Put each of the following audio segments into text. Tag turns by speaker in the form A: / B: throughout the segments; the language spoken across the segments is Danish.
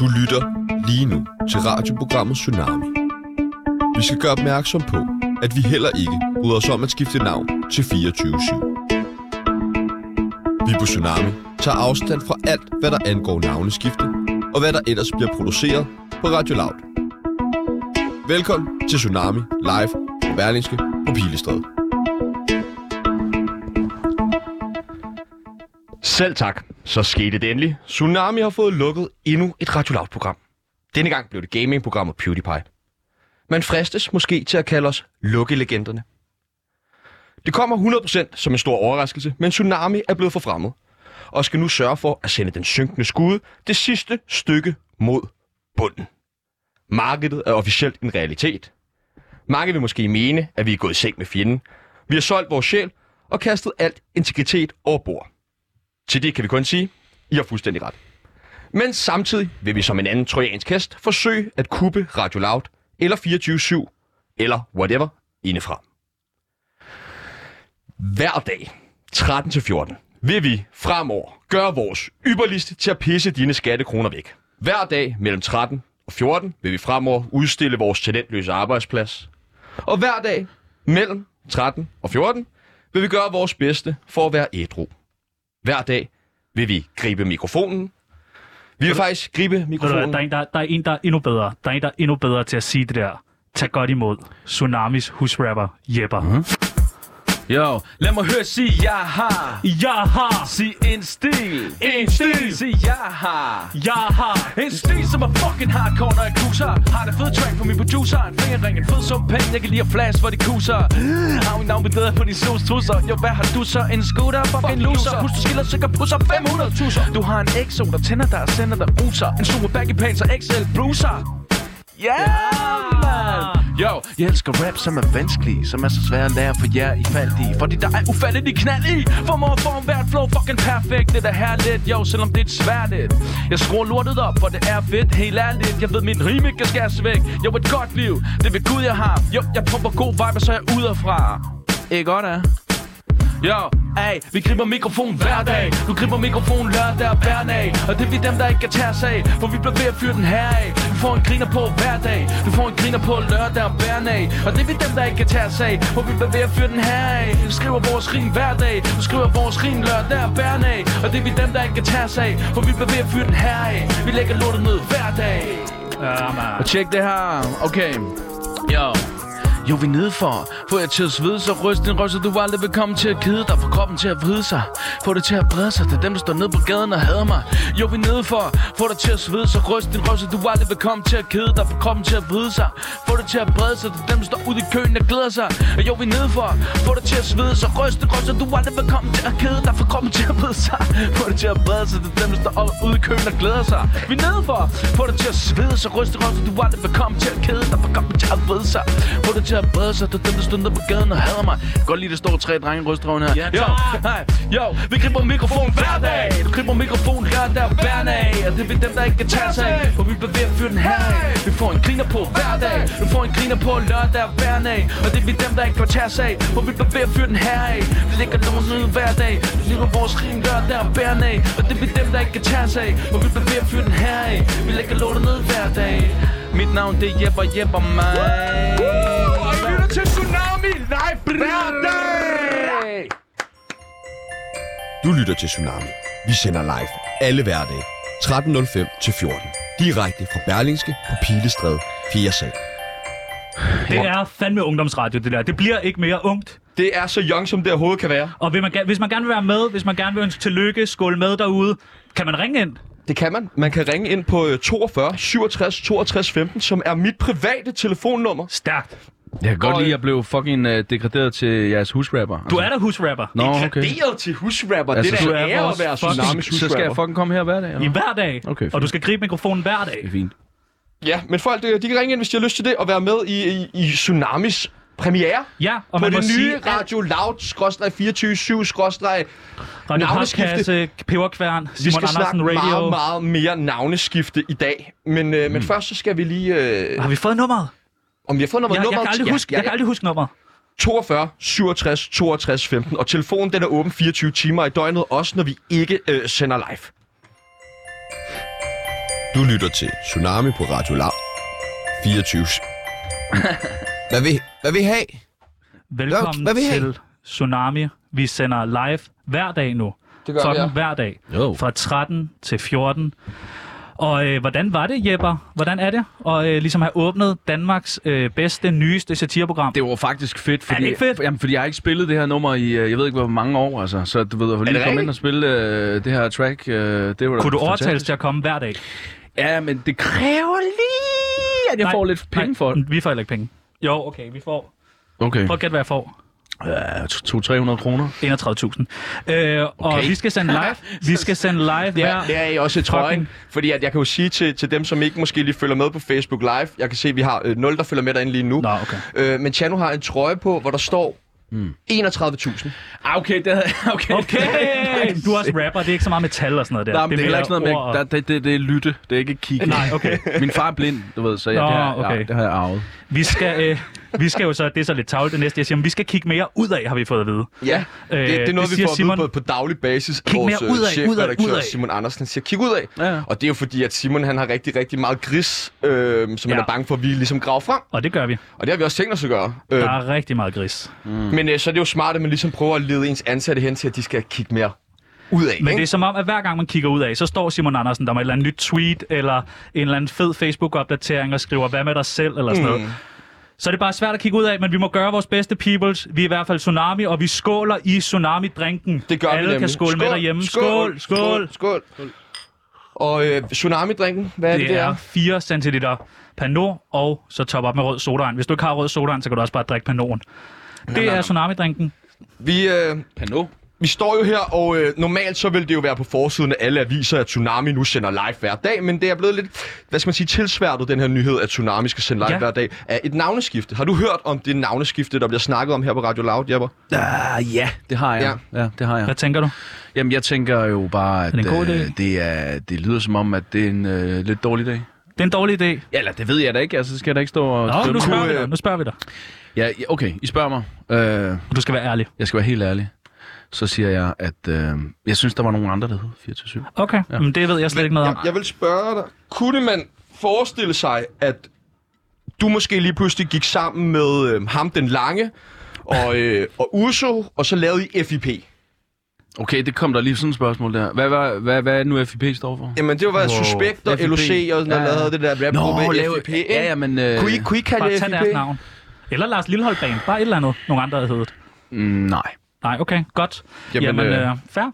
A: Du lytter lige nu til radioprogrammet Tsunami. Vi skal gøre opmærksom på, at vi heller ikke bryder os om at skifte navn til 24-7. Vi på Tsunami tager afstand fra alt, hvad der angår navneskifte, og hvad der ellers bliver produceret på Radio Loud. Velkommen til Tsunami Live på Berlingske på Pilestræde.
B: Selv tak. Så skete det endelig. Tsunami har fået lukket endnu et Radio Loud-program. Denne gang blev det gamingprogrammet PewDiePie. Man fristes måske til at kalde os lukkelegenderne. Det kommer 100% som en stor overraskelse, men Tsunami er blevet forfremmet og skal nu sørge for at sende den synkende skude det sidste stykke mod bunden. Markedet er officielt en realitet. Mange vil måske mene, at vi er gået i seng med fjenden. Vi har solgt vores sjæl og kastet alt integritet over bord. Til det kan vi kun sige, I har fuldstændig ret. Men samtidig vil vi som en anden trojansk hest forsøge at kuppe Radio Loud eller 24-7 eller whatever indefra. Hver dag, 13-14, vil vi fremover gøre vores ypperligste til at pisse dine skattekroner væk. Hver dag mellem 13 og 14 vil vi fremover udstille vores talentløse arbejdsplads. Og hver dag mellem 13 og 14 vil vi gøre vores bedste for at være ædru. Hver dag vil vi gribe mikrofonen. Vi vil faktisk gribe
C: Ved du hvad,
B: mikrofonen.
C: der, er en, der, der er en, der er endnu bedre. Der er en, der er endnu bedre til at sige det der. Tag godt imod. Tsunamis husrapper Jepper.
B: Mhm.
C: Mm-hmm.
D: Jo, lad mig høre sige, jeg har.
C: Jeg har,
D: Sig en stil.
C: En stil.
D: Sig, jeg har.
C: jeg har,
D: En stil, som er fucking hardcore, når jeg cruiser Har det fede track på min producer En fingerring, en fed sum penge Jeg kan lide at flash, hvor de kuser Har min navn bedre på de sos trusser Jo, hvad har du så? En scooter, fucking loser Husk, du skiller sikkert pusser 500 tusser Du har en exo, der tænder dig og sender dig bruser En super baggy pants og XL bluser Ja, yeah, man! Yo, jeg elsker rap, som er vanskelig Som er så svær at lære for jer i fald i Fordi der er ufattelig knald i Formår at form hvert flow fucking perfekt Det er herligt, jo, selvom det er et svært et Jeg skruer lortet op, for det er fedt Helt ærligt, jeg ved min rim ikke skal væk Jo, et godt liv, det ved Gud jeg har Jo, jeg pumper god vibe, så er jeg udefra Ikke godt, er? Yo, ey, vi griber mikrofon hver dag Du griber mikrofon lørdag og hver dag Og det er vi dem, der ikke kan tage os af For vi bliver ved at fyre den her af Du får en griner på hver dag Du får en griner på lørdag og hver dag Og det er vi dem, der ikke kan tage os af For vi bliver ved at fyre den her af Du skriver vores rim hver dag Du skriver vores rim lørdag og hver dag Og det er vi dem, der ikke kan tage os af For vi bliver ved at fyre den her af Vi lægger lortet ned hver dag
C: ja, man.
D: og tjek det her. Okay. Jo. Jo, vi er nede for. Få jer til at svede sig, ryst din røv, så du aldrig vil komme til at kede dig. Få kroppen til at vride sig. Få det til at brede sig. Det er dem, der står nede på gaden og hader mig. Jo, vi er nede for. Få dig til at svede sig, ryst din røv, så du aldrig vil komme til at kede dig. Få kroppen til at vride sig. Få det til at brede sig. Det er dem, der står ude i køen og glæder sig. Og jo, vi er nede for. Få dig til at svede sig, ryst din røv, så du aldrig vil komme til at kede dig. Få kroppen til at brede sig. Få det til at brede sig. Det er dem, der står ude i køen og glæder sig. Vi er nede for. Få det til at svede sig, ryst din røv, så du aldrig vil komme til at kede dig. Få kroppen til at vride sig. Få det til at brede sig. Det er dem, der står nede på gaden og hader mig. Godt lige, der står tre drenge i rystrøven her. jo, hej, jo, vi griber mikrofon hver dag. Du griber mikrofon hver dag og hver dag. Og det er vi dem, der ikke kan tage sig af. For vi bliver ved at fyre den her af. Vi får en griner på hver dag. Du får en griner på lørdag og hver dag. Og det er vi dem, der ikke kan tage sig af. For vi bliver ved at fyre den her af. Vi lægger nogen ned hver dag. Vi lægger vores rim lørdag og hver dag. Og det er vi dem, der ikke kan tage sig af. For vi bliver ved at fyre den her af. Vi lægger lortet ned hver dag. Mit navn det er Jepper Jepper mig.
B: Og I lytter til Tsunami live hver dag!
A: Du lytter til Tsunami. Vi sender live alle hverdage 13.05 til 14. Direkte fra Berlingske på Pilestræde 4. sal.
C: Det er fandme ungdomsradio, det der. Det bliver ikke mere ungt.
B: Det er så young, som det overhovedet kan være.
C: Og vil man, ga- hvis man gerne vil være med, hvis man gerne vil ønske tillykke, skål med derude, kan man ringe ind?
B: Det kan man. Man kan ringe ind på øh, 42 67 62 15, som er mit private telefonnummer.
C: Stærkt.
D: Jeg kan
B: godt lide, at
D: jeg blev fucking
E: øh,
D: uh, degraderet til jeres husrapper.
C: Du er der husrapper.
D: Nå,
B: Graderet til husrapper.
D: Altså,
B: det
D: du
B: der
C: er
B: er ære
C: vores
B: at være
C: fucking-
B: Tsunamis husrapper.
D: Så skal jeg fucking komme her hver dag?
C: I
D: Eller?
C: hver dag.
D: Okay, fint.
C: og du skal gribe mikrofonen hver dag.
D: Det er fint.
B: Ja, men folk øh, de kan ringe ind, hvis de har lyst til det, og være med i, i, i Tsunamis premiere.
C: Ja, og
B: på
C: man må
B: det nye
C: sige, at
B: Radio Loud-247-
C: Radio øh,
B: navneskifte-
C: Papkasse, Peberkværn,
B: Vi
C: Simon
B: skal snakke
C: Andersen Radio. Hmm.
B: meget, meget mere navneskifte i dag. Men, øh, men først så skal vi lige... Øh,
C: Har vi fået nummeret?
B: om vi har fundet
C: Jeg,
B: nummeret?
C: jeg, kan aldrig
B: Ja,
C: huske,
B: ja,
C: jeg kan aldrig huske nummeret.
B: 42 67 62 15. Og telefonen den er åben 24 timer i døgnet, også når vi ikke øh, sender live.
A: Du lytter til Tsunami på Radio Loud 24.
F: Hvad vil, hvad vil I have?
C: Velkommen
F: Hvad- hvad vil I have?
C: til Tsunami. Vi sender live hver dag nu.
F: Det gør vi,
C: Sådan
F: ja.
C: hver dag.
F: Jo.
C: Fra 13 til 14. Og øh, hvordan var det, Jepper? Hvordan er det at øh, ligesom have åbnet Danmarks øh, bedste, nyeste satireprogram?
E: Det var faktisk fedt, fordi,
C: det ikke fedt?
E: Jamen, fordi jeg har ikke spillet det her nummer i, øh, jeg ved ikke, hvor mange år, altså. Så du ved, at lige komme
B: rigtigt?
E: ind og spille øh, det her track, øh, det var da
C: Kunne du
E: fantastisk.
C: overtales til at komme hver dag?
E: Ja, men det kræver lige, at jeg
C: Nej,
E: får lidt penge
C: nej,
E: for det. Øh.
C: Vi får heller ikke penge. Jo, okay, vi får...
E: Okay.
C: Prøv at gætte, hvad jeg får.
E: Ja, 200-300 kroner.
C: 31.000. Øh, og vi skal sende live. Vi skal sende live
B: Det
C: hver...
B: er, det er I også i trøjen.
C: Fucking-
B: Fordi at jeg kan jo sige til, til dem, som ikke måske lige følger med på Facebook Live. Jeg kan se, at vi har øh, 0, der følger med derinde lige nu.
C: Nå, okay. Hmm.
B: Øh, men Chano har en trøje på, hvor der står mm. 31.000.
E: Ah, okay, det havde Okay.
C: Okay! Du er også rapper, det er ikke så meget med tal og sådan noget der.
E: Nej, men det er heller
C: mere
E: ikke sådan noget
C: ord
E: med,
C: og-
E: der, det, det, det er lytte, det er ikke kigge.
C: Nej, okay.
E: Min far er blind, du ved, så jeg,
C: Nå,
E: det, har,
C: okay.
E: ja, det har jeg arvet.
C: Vi skal, øh, vi skal jo så, det er så lidt tavlet det næste, jeg siger, men vi skal kigge mere ud af, har vi fået at vide.
B: Ja, det,
C: Øh,
B: det er
C: det
B: noget, vi
C: siger
B: får at vide
C: Simon.
B: på, på daglig basis.
C: Kig
B: Vores
C: mere
B: øh,
C: ud af,
B: chefredaktør
C: ud af, ud af.
B: Simon Andersen siger, kig ud af.
E: Ja.
B: Og det er jo fordi, at Simon han har rigtig, rigtig meget gris, øh, som ja. han
C: Ja.
B: er bange for, at vi ligesom graver frem.
C: Og det gør vi.
B: Og det har vi også tænkt os at gøre. Øh,
C: Der er rigtig meget gris.
B: Men øh, så er det jo smart, at man ligesom prøver at lede ens ansatte hen til, at de skal kigge mere ud af.
C: Men
B: ikke?
C: det er som om, at hver gang man kigger ud af, så står Simon Andersen der med et eller andet nyt tweet, eller en eller anden fed Facebook-opdatering og skriver, hvad med dig selv, eller
E: Mm.
C: sådan noget. Så det er bare svært at kigge ud af, men vi må gøre vores bedste, peoples. Vi er i hvert fald Tsunami, og vi skåler i Tsunami-drinken.
B: Det gør
C: Alle
B: vi nemlig.
C: kan skåle med derhjemme. Skål, skål. skål.
B: skål. skål. Og øh, tsunami-drinken, hvad er det,
C: Det er
B: der?
C: 4 cl Panot, og så top op med rød sodavand. Hvis du ikke har rød sodavand, så kan du også bare drikke Panoten. Det er Tsunami-drinken.
B: Vi, øh,
E: Pano.
B: vi står jo her, og øh, normalt så vil det jo være på forsiden af alle aviser, at Tsunami nu sender live hver dag, men det er blevet lidt, hvad skal man sige, tilsværtet, den her nyhed, at Tsunami skal sende live
C: Ja.
B: ja. hver dag, af et navneskifte. Har du hørt om det navneskifte, der bliver snakket om her på Radio Loud, Jepper?
E: Ah, ja, det har jeg. Ja. ja det har jeg.
C: Hvad tænker du?
E: Jamen, jeg tænker jo bare, at
C: det en god
E: øh,
C: idé?
E: det, er, det lyder som om, at det er en øh, lidt dårlig dag.
C: Det er en dårlig idé.
E: Ja, eller det ved jeg da ikke, altså, så skal jeg da ikke stå og...
C: Nå,
E: dømme.
C: nu spørger vi
B: kunne,
C: dig.
B: øh,
C: Nu spørger vi dig.
E: Ja, ja, okay, I spørger mig. Øh,
C: Og Du skal være ærlig.
E: jeg skal være helt ærlig. Så siger jeg, at øh, jeg synes, der var nogen andre, der hed 4-7.
C: Okay, ja. men det ved jeg slet ikke noget om.
B: Jeg, jeg vil spørge dig, kunne man forestille sig, at du måske lige pludselig gik sammen med øh, ham den lange, og, øh, og Uso, og så lavede I FIP?
E: Okay, det kom der lige sådan et spørgsmål der. Hvad, hvad, hvad, hvad er det nu, FIP står for?
B: Jamen, det var wow. Suspekt og
E: FIP.
B: LOC og sådan noget,
E: Ja,
B: ja,
E: ja.
B: ja. lavede det der rapgruppe
E: lave-
B: FIP. ikke?
E: Ja, ja, men... Øh,
B: Kunne I, kunne I kalde
C: Bare
B: det
C: tag deres
B: FIP?
C: navn. Eller Lars Lillehold Band. Bare et eller andet. Nogle andre havde heddet.
E: Mm, nej.
C: Nej, okay, godt. Jamen,
B: Jamen,
C: Jamen
B: øh,
C: øh, fair.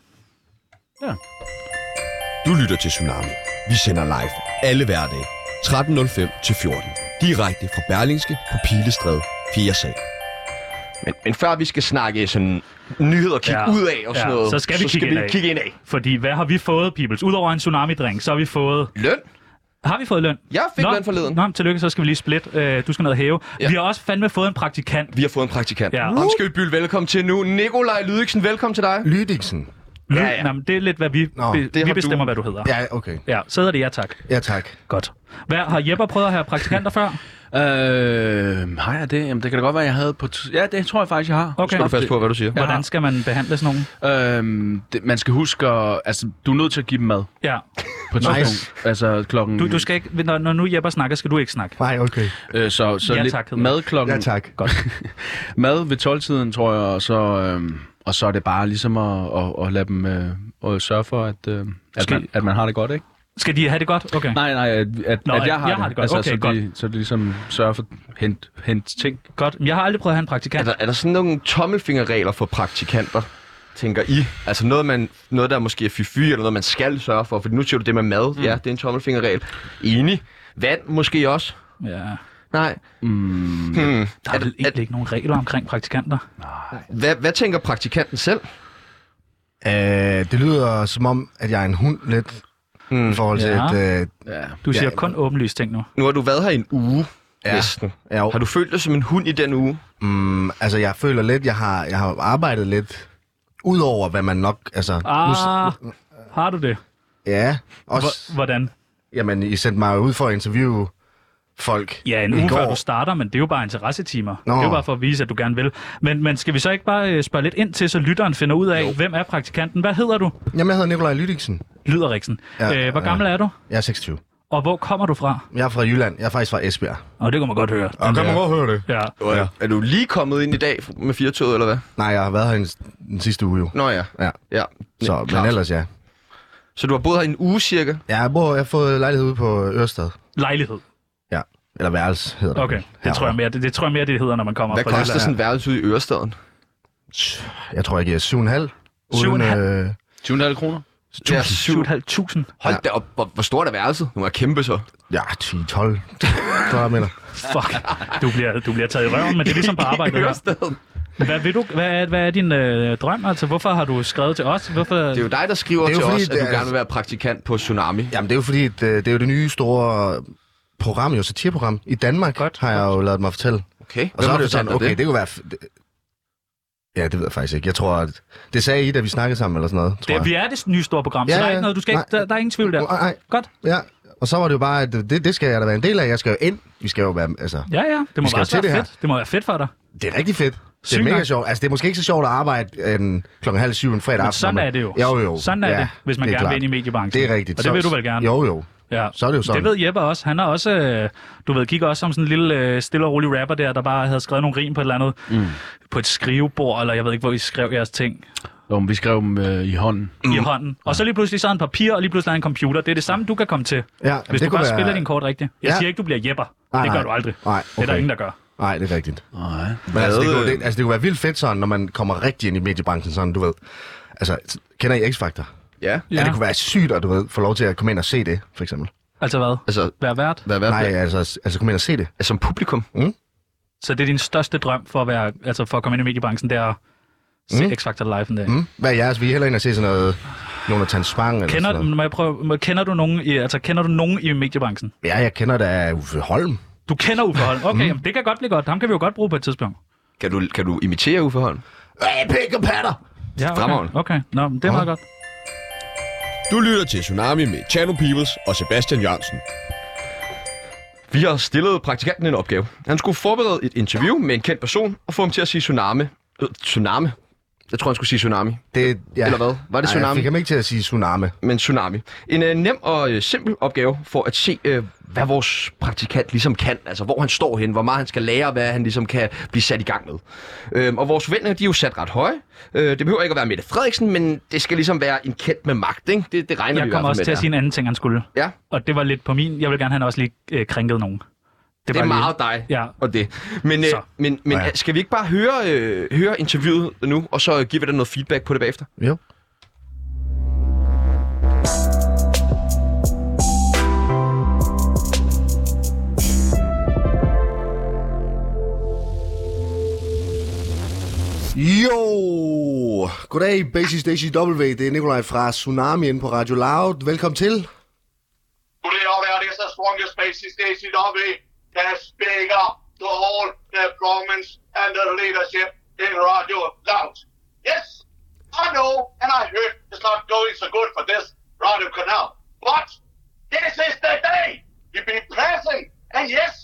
A: Du lytter til Tsunami. Vi sender live alle hverdage 13.05 til 14. Direkte fra Berlingske på Pilestræde 4. sal.
B: Men, men før vi skal snakke sådan nyheder, kigge
C: Ja.
B: ud af og sådan
C: Ja,
B: noget,
C: så skal vi
B: så
C: kigge
B: skal
C: indad.
B: vi kigge ind af.
C: Fordi hvad har vi fået, Peoples? Udover en tsunami-drink, så har vi fået...
B: Løn?
C: Har vi fået løn?
B: Jeg fik løn forleden.
C: Nå, men tillykke, så skal vi lige split. Øh, du skal ned og hæve. Ja.
B: Ja.
C: Vi har også fandme fået en praktikant.
B: Vi har fået en praktikant.
C: Ja.
B: Ja. Ham skal vi byde velkommen til nu. Nikolaj Lydiksen, velkommen til dig.
G: Lydiksen.
C: Ja,
B: ja.
C: Nå, men det er lidt, hvad vi, Nå,
G: Nå,
C: be,
G: det
C: vi
B: har du-
C: bestemmer, hvad du hedder. Ja.
G: Ja, okay.
C: ja, så hedder det ja tak.
G: Ja, tak.
C: Godt. Hvad, har Jeppe prøvet at have praktikanter før?
E: Øh, har jeg det? Jamen, det kan da godt være, jeg havde på... T- ja, det tror jeg faktisk, jeg har.
C: Okay.
B: Skal du fast på, hvad du siger?
C: Hvordan skal man behandle sådan nogen?
E: Øhm, det, man skal huske at... Altså, du er nødt til at give dem mad
C: Ja.
E: på et
G: Nice.
E: tidspunkt. Altså klokken...
C: Du, du skal ikke, når, når nu Jeppe snakker, skal du ikke snakke.
G: Nej, okay.
E: Øh, så så
C: Ja,
E: lidt
C: tak, hedder
E: mad klokken...
G: Ja, tak.
C: Godt.
E: Mad ved 12-tiden, tror jeg, og så, øhm, og så er det bare ligesom at, at, at lade dem øh, og sørge for, at, øh, at,
C: Skal-
E: man, at man har det godt, ikke?
C: Skal de have det godt? Okay.
E: Nej, nej, at, at,
C: Nå,
E: at jeg har, jeg det. har det godt. Altså,
C: Okay,
E: så,
C: godt.
E: De, så de ligesom sørger for at hente, hente ting.
C: Godt. Jeg har aldrig prøvet at have en praktikant.
B: Er der, er der sådan nogle tommelfingerregler for praktikanter, tænker I? Altså noget, man, noget der måske er fify, eller noget, man skal sørge for? For nu siger du det med mad. Mm. Ja, det er en tommelfingerregel. Enig. Vand måske også?
C: Ja.
B: Nej. Mm. Hmm.
C: Der er
B: At,
C: vel
B: at,
C: egentlig ikke nogen regler omkring praktikanter.
B: hvad, hvad tænker praktikanten selv?
G: Øh, det lyder som om, at jeg er en hund lidt. Mm. I forhold til,
C: Ja.
G: ja. at... Øh,
E: Ja.
C: Du siger
G: Ja.
C: kun åbenlyst ting nu.
B: Hmm. Nu har du været her i en uge ja.
G: Ja.
B: næsten.
G: ja,
B: Har
G: jo,
B: du følt dig som en hund i den uge?
G: mm, altså, jeg føler lidt, jeg har, jeg har arbejdet lidt Udover hvad man nok, altså... nu s-
C: Ah, har du det?
G: ja, også...
C: Hvor- Hvordan?
G: Jamen, I sendte mig ud for at interviewe folk
C: Ja, en
G: i
C: uge
G: går.
C: før du starter, men det er jo bare interessetimer.
G: Nå.
C: Det er jo bare for at vise, at du gerne vil. Men, men skal vi så ikke bare øh, spørge lidt ind til, så lytteren finder ud af, jo. hvem er praktikanten? Hvad hedder du?
G: Jamen, jeg hedder Nikolaj Lydiksen.
C: Lyder Riksen.
G: Ja,
C: øh, hvor
G: ja.
C: gammel er du?
G: Jeg er 26.
C: Og hvor kommer du fra?
G: Jeg er fra Jylland. Jeg er faktisk fra Esbjerg.
C: Og det kan man godt høre.
G: Og kan man godt høre det?
C: Ja.
B: Ja. Er du lige kommet ind i dag med firetoget, eller hvad?
G: Nej, jeg har været her en, den sidste uge jo.
B: Nå ja.
G: Ja.
B: ja.
G: Så,
B: Ja,
G: men
B: klart.
G: ellers ja.
B: Så du har boet her i en uge cirka?
G: Ja, Jeg, bor, jeg har fået lejlighed ude på Ørestad.
C: Lejlighed.
G: Ja. Eller værelse hedder det.
C: Okay, det
G: Herovre.
C: tror, jeg mere, det, det tror jeg mere, det hedder, når man kommer
B: Hvad
C: fra
B: koster
C: Jylland.
B: sådan en værelse ude i Ørestaden?
G: Jeg tror, jeg giver 7,5.
C: Syv og en
G: Uden,
C: halv?
G: øh,
E: 20,5 kroner.
B: Det er syv.
C: 7.500.
B: Hold da op, hvor, hvor stort er værelset? Nu er kæmpe så.
G: ja, 10-12 kvadratmeter.
C: Fuck, du bliver, du bliver taget i røven, men det er ligesom på arbejde. det her.
B: Ørestaden.
C: Hvad, vil du, hvad, er, hvad er din øh, drøm? Altså, hvorfor har du skrevet til os? Hvorfor...
B: Det er jo dig, der skriver
G: Det er
B: til
G: jo fordi,
B: os, at
G: det
B: du
G: er-
B: gerne vil være praktikant på Tsunami.
G: Jamen, det er jo fordi, at, øh, det er jo det nye store program, jo satireprogram. I Danmark Godt. har jeg jo lavet mig fortælle.
B: Okay.
G: Og så har
B: har
G: du sådan, okay, det?
B: det?
G: det kunne være... F- det- ja, det ved jeg faktisk ikke. Jeg tror, at det sagde I, da vi snakkede sammen eller sådan noget, tror
C: det, vi
G: jeg.
C: er det nye store program, ja, så
G: Ja,
C: der er
G: ja,
C: ikke noget, du skal
G: nej.
C: ikke, der, der er ingen tvivl der.
G: Nej, nej,
C: Godt.
G: ja. Og så var det jo bare, at det, det skal jeg da være en del af. Jeg skal jo ind. Vi skal jo være... Altså,
C: Ja, ja, det må
G: skal
C: bare
G: til
C: være
G: det her.
C: fedt. Det må være fedt for dig.
G: det er rigtig fedt. Det
C: Sygt
G: er mega
C: nok.
G: sjovt. Altså, det er måske ikke så sjovt at arbejde en klokken halv syv en fredag
C: Men
G: aften.
C: sådan
G: når man-
C: er det jo.
G: Jo, jo.
C: Sådan er
G: ja,
C: det, hvis man
G: det er
C: gerne vil
G: klart.
C: ind i mediebranchen.
G: Det er rigtigt.
C: Og det
G: Så-
C: vil du vel gerne.
G: Jo, jo.
C: Ja.
G: Så er det jo sådan.
C: Det ved Jeppe også. Han er også, øh, du ved, gik også som sådan en lille øh, stille og rolig rapper der, der bare havde skrevet nogle rim på et eller andet, mm. på et skrivebord, eller jeg ved ikke, hvor I skrev jeres ting
E: Jo, men vi skrev dem øh, i hånden.
C: mm. i hånden. Og så lige pludselig så er en papir, og lige pludselig er en computer. Det er det samme, du kan komme til,
G: Ja,
C: hvis
G: det
C: du bare
G: kunne være-
C: spiller din kort rigtigt. Jeg
G: Ja.
C: siger ikke, du bliver Jepper.
G: Nej,
C: det gør
G: nej.
C: du aldrig.
G: Nej,
C: Det er der
G: okay.
C: ingen, der gør.
G: Nej, det er rigtigt.
E: Nej.
G: Men altså, det,
B: Hvad,
G: kunne,
B: øh?
G: det, altså, det kunne være vildt fedt sådan, når man kommer rigtig ind i mediebranchen, sådan, du ved. Altså, kender I X-Factor?
B: Ja.
G: Ja. ja. det kunne være sygt at, du ved, få lov til at komme ind og se det, for eksempel.
C: Altså hvad?
B: Altså,
C: Være vært?
B: hvad, hvad,
G: Nej,
B: Nej.
G: altså, altså komme ind og se det. Mm.
B: Som publikum?
C: Så det er din største drøm for at, være, altså for at komme ind i mediebranchen, det er at se mm. X-Factor live en dag. Mm.
G: Mm? Hvad er jeres? Vi er heller ind og se sådan noget Jonathan Spang eller
C: Kender,
G: sådan noget.
C: må jeg prøve, må, kender, du nogen i, altså, kender du nogen i mediebranchen?
G: Ja, jeg kender da Uffe Holm.
C: Du kender Uffe Holm. Okay, mm. jamen, det kan godt blive godt. Ham kan vi jo godt bruge på et tidspunkt.
B: Kan du, kan du imitere Uffe Holm?
G: Øh, pik og patter!
C: Ja,
B: Fremragende.
C: okay. okay. Nå, men det er meget godt.
A: Du lytter til Tsunami med Chano Peoples og Sebastian Jørgensen.
B: Vi har stillet praktikanten en opgave. Han skulle forberede et interview med en kendt person og få ham til at sige tsunami. Øh, tsunami? Jeg tror, han skulle sige tsunami.
G: Det, ja.
B: Eller hvad? Var det
G: Nej, jeg
B: tsunami?
G: fik ham ikke til at sige tsunami.
B: Men tsunami. En øh, nem og øh, simpel opgave for at se, øh, hvad vores praktikant ligesom kan. Altså, hvor han står hen, hvor meget han skal lære, hvad han ligesom kan blive sat i gang med. Øhm, og vores forventninger, de er jo sat ret høje. Øh, det behøver ikke at være Mette Frederiksen, men det skal ligesom være en kendt med magt, ikke? Det, det regner vi
C: Jeg
B: i hvert
C: kommer
B: fald
C: også
B: med,
C: til at
B: det
C: sige en anden ting, han skulle.
B: er. Ja,
C: Og det var lidt på min. Jeg vil gerne have, han også lige øh, krænkede nogen.
B: det er
C: var lige-
B: meget dig.
C: Ja,
B: og det. Men, øh,
C: Så.
B: men, men ja.
G: Ja.
B: skal vi ikke bare høre, øh, høre interviewet nu, og så give dig noget feedback på det bagefter?
G: Jo. Jo, goddag Basis Station W, det er Nikolaj fra Tsunami inde på Radio Loud. Velkommen til.
H: Goddag, hvad er det så strongest basis days in OV that speaker to all the eh, performance and the leadership in Radio Loud. Yes, I know and I heard it's not going so good for this radio canal, but this is the day you be present. And yes,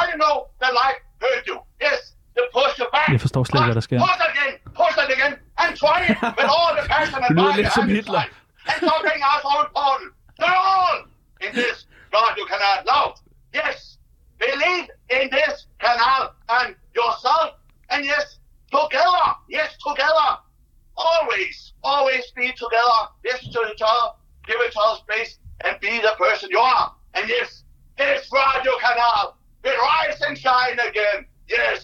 H: I know the life heard you. Yes, the push you back.
C: Jeg forstår slet ikke, hvad der sker.
H: Push again, push it again, and try it with all the passion and
E: Det lyder
H: might
E: lidt som
H: behind
E: Hitler.
H: it. and something else so important. They're all in this radio canal now. Yes, believe in this canal and yourself. And yes, together. Yes, together. Always, always be together. Listen to each other, give each other space, and be the person you are. And yes, this radio canal will rise and shine again. Yes,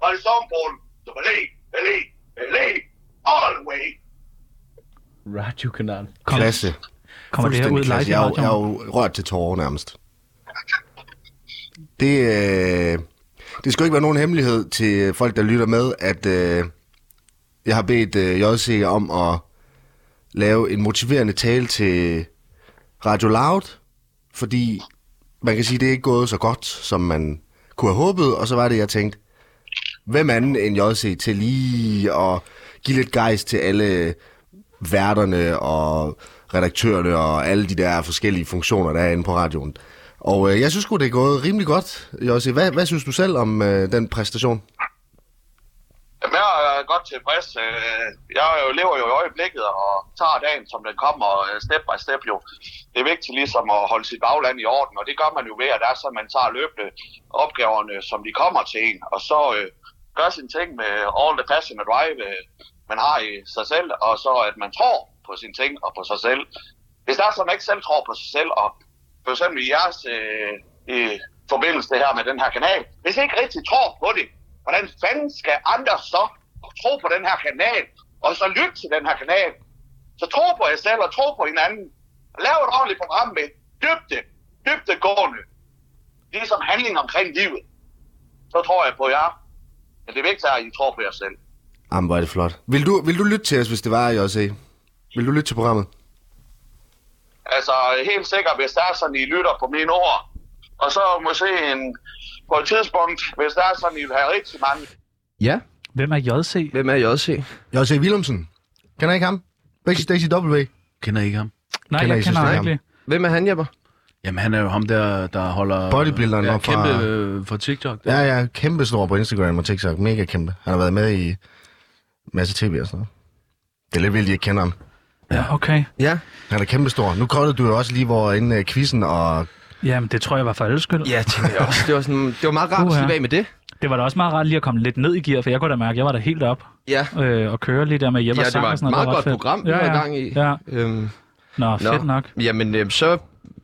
H: but it's so important to believe, believe, believe. Always.
E: Radiokanal.
C: Kommer,
G: Klasse.
C: kommer det her ud
G: Fuldstændig
C: live
G: klasse.
C: i
G: Jeg er, jo, jeg er
C: radioen?
G: jo rørt til tårer nærmest. Det, øh, det skal jo ikke være nogen hemmelighed til folk, der lytter med, at øh, jeg har bedt øh, JC om at lave en motiverende tale til Radio Loud, fordi man kan sige, det er ikke gået så godt, som man kunne have håbet, og så var det, jeg tænkte, hvem anden end JC til lige at give lidt gejst til alle værterne og redaktørerne og alle de der forskellige funktioner, der er inde på radioen. Og øh, jeg synes sgu, det er gået rimelig godt, JC. Hvad, hvad synes du selv om øh, den præstation?
H: Jamen, jeg, er-
I: er godt tilfreds. Øh, Jeg er jo- lever jo i øjeblikket og tager dagen, som den kommer, øh, step by step jo. Det er vigtigt ligesom at holde sit bagland i orden, og det gør man jo ved, at det er så, at man tager løbende opgaverne, som de kommer til en, og så øh, gør sine ting med all the passion and drive, øh, man har i sig selv, og så at man tror på sine ting og på sig selv. Hvis der er så, man ikke selv tror på sig selv, og for eksempel i jeres øh, i forbindelse det her med den her kanal, hvis I ikke rigtig tror på det, hvordan fanden skal andre så tro på den her kanal, og så lytte til den her kanal? Så tro på jer selv og tro på hinanden. Lav et ordentligt program med dybde, dybdegående, ligesom handling omkring livet. Så tror jeg på jer. Men det vigtigste er, at I tror på jer selv.
G: Jamen, hvor er det flot. Vil du, vil du lytte til os, hvis det var, JC? Vil du lytte til programmet?
I: Altså helt sikkert, hvis der er sådan, I lytter på mine ord. Og så måske en, på et tidspunkt, hvis der er sådan, I vil have rigtig mange
B: Ja,
C: Hvem er JC?
B: hvem er JC?
G: JC Willumsen. Kender I ikke ham? Basic Daisy W.
E: Kender I ikke ham?
C: Nej,
G: Kender
C: jeg
G: I
C: kender ham
G: systemet?
C: ikke. lige.
B: Hvem er han, Jepper?
E: Jamen, han er jo ham der, der holder...
G: Bodybuilderen
E: ja,
G: op fra-
E: kæmpe øh, for TikTok. Der.
G: Ja, ja, kæmpe stor på Instagram og TikTok. Mega kæmpe. Han har været med i masse tv og sådan noget. Det er lidt vildt, at I ikke kender ham.
C: Ja, okay.
B: Ja.
G: Han er kæmpe stor. Nu koldede du jo også lige, hvor inden uh, quizzen og...
C: Jamen, det tror jeg var for alles skyld.
B: Ja, tænker jeg også. Det var, sådan, det var meget rart at
C: Uha.
B: slippe af med det.
C: Det var da også meget rart lige at komme lidt ned i gear, for jeg kunne da mærke, at jeg var da helt op
B: Ja,
C: øh, og køre lige der med hjemme og
B: ja det
C: sang
B: var
C: og
B: et
C: sådan noget.
B: meget
C: var
B: godt
C: fedt.
B: program, vi
C: ja,
B: var i
C: ja.
B: gang i.
C: Ja.
B: Øhm,
C: Nå, fedt nok.
B: Jamen, øhm, så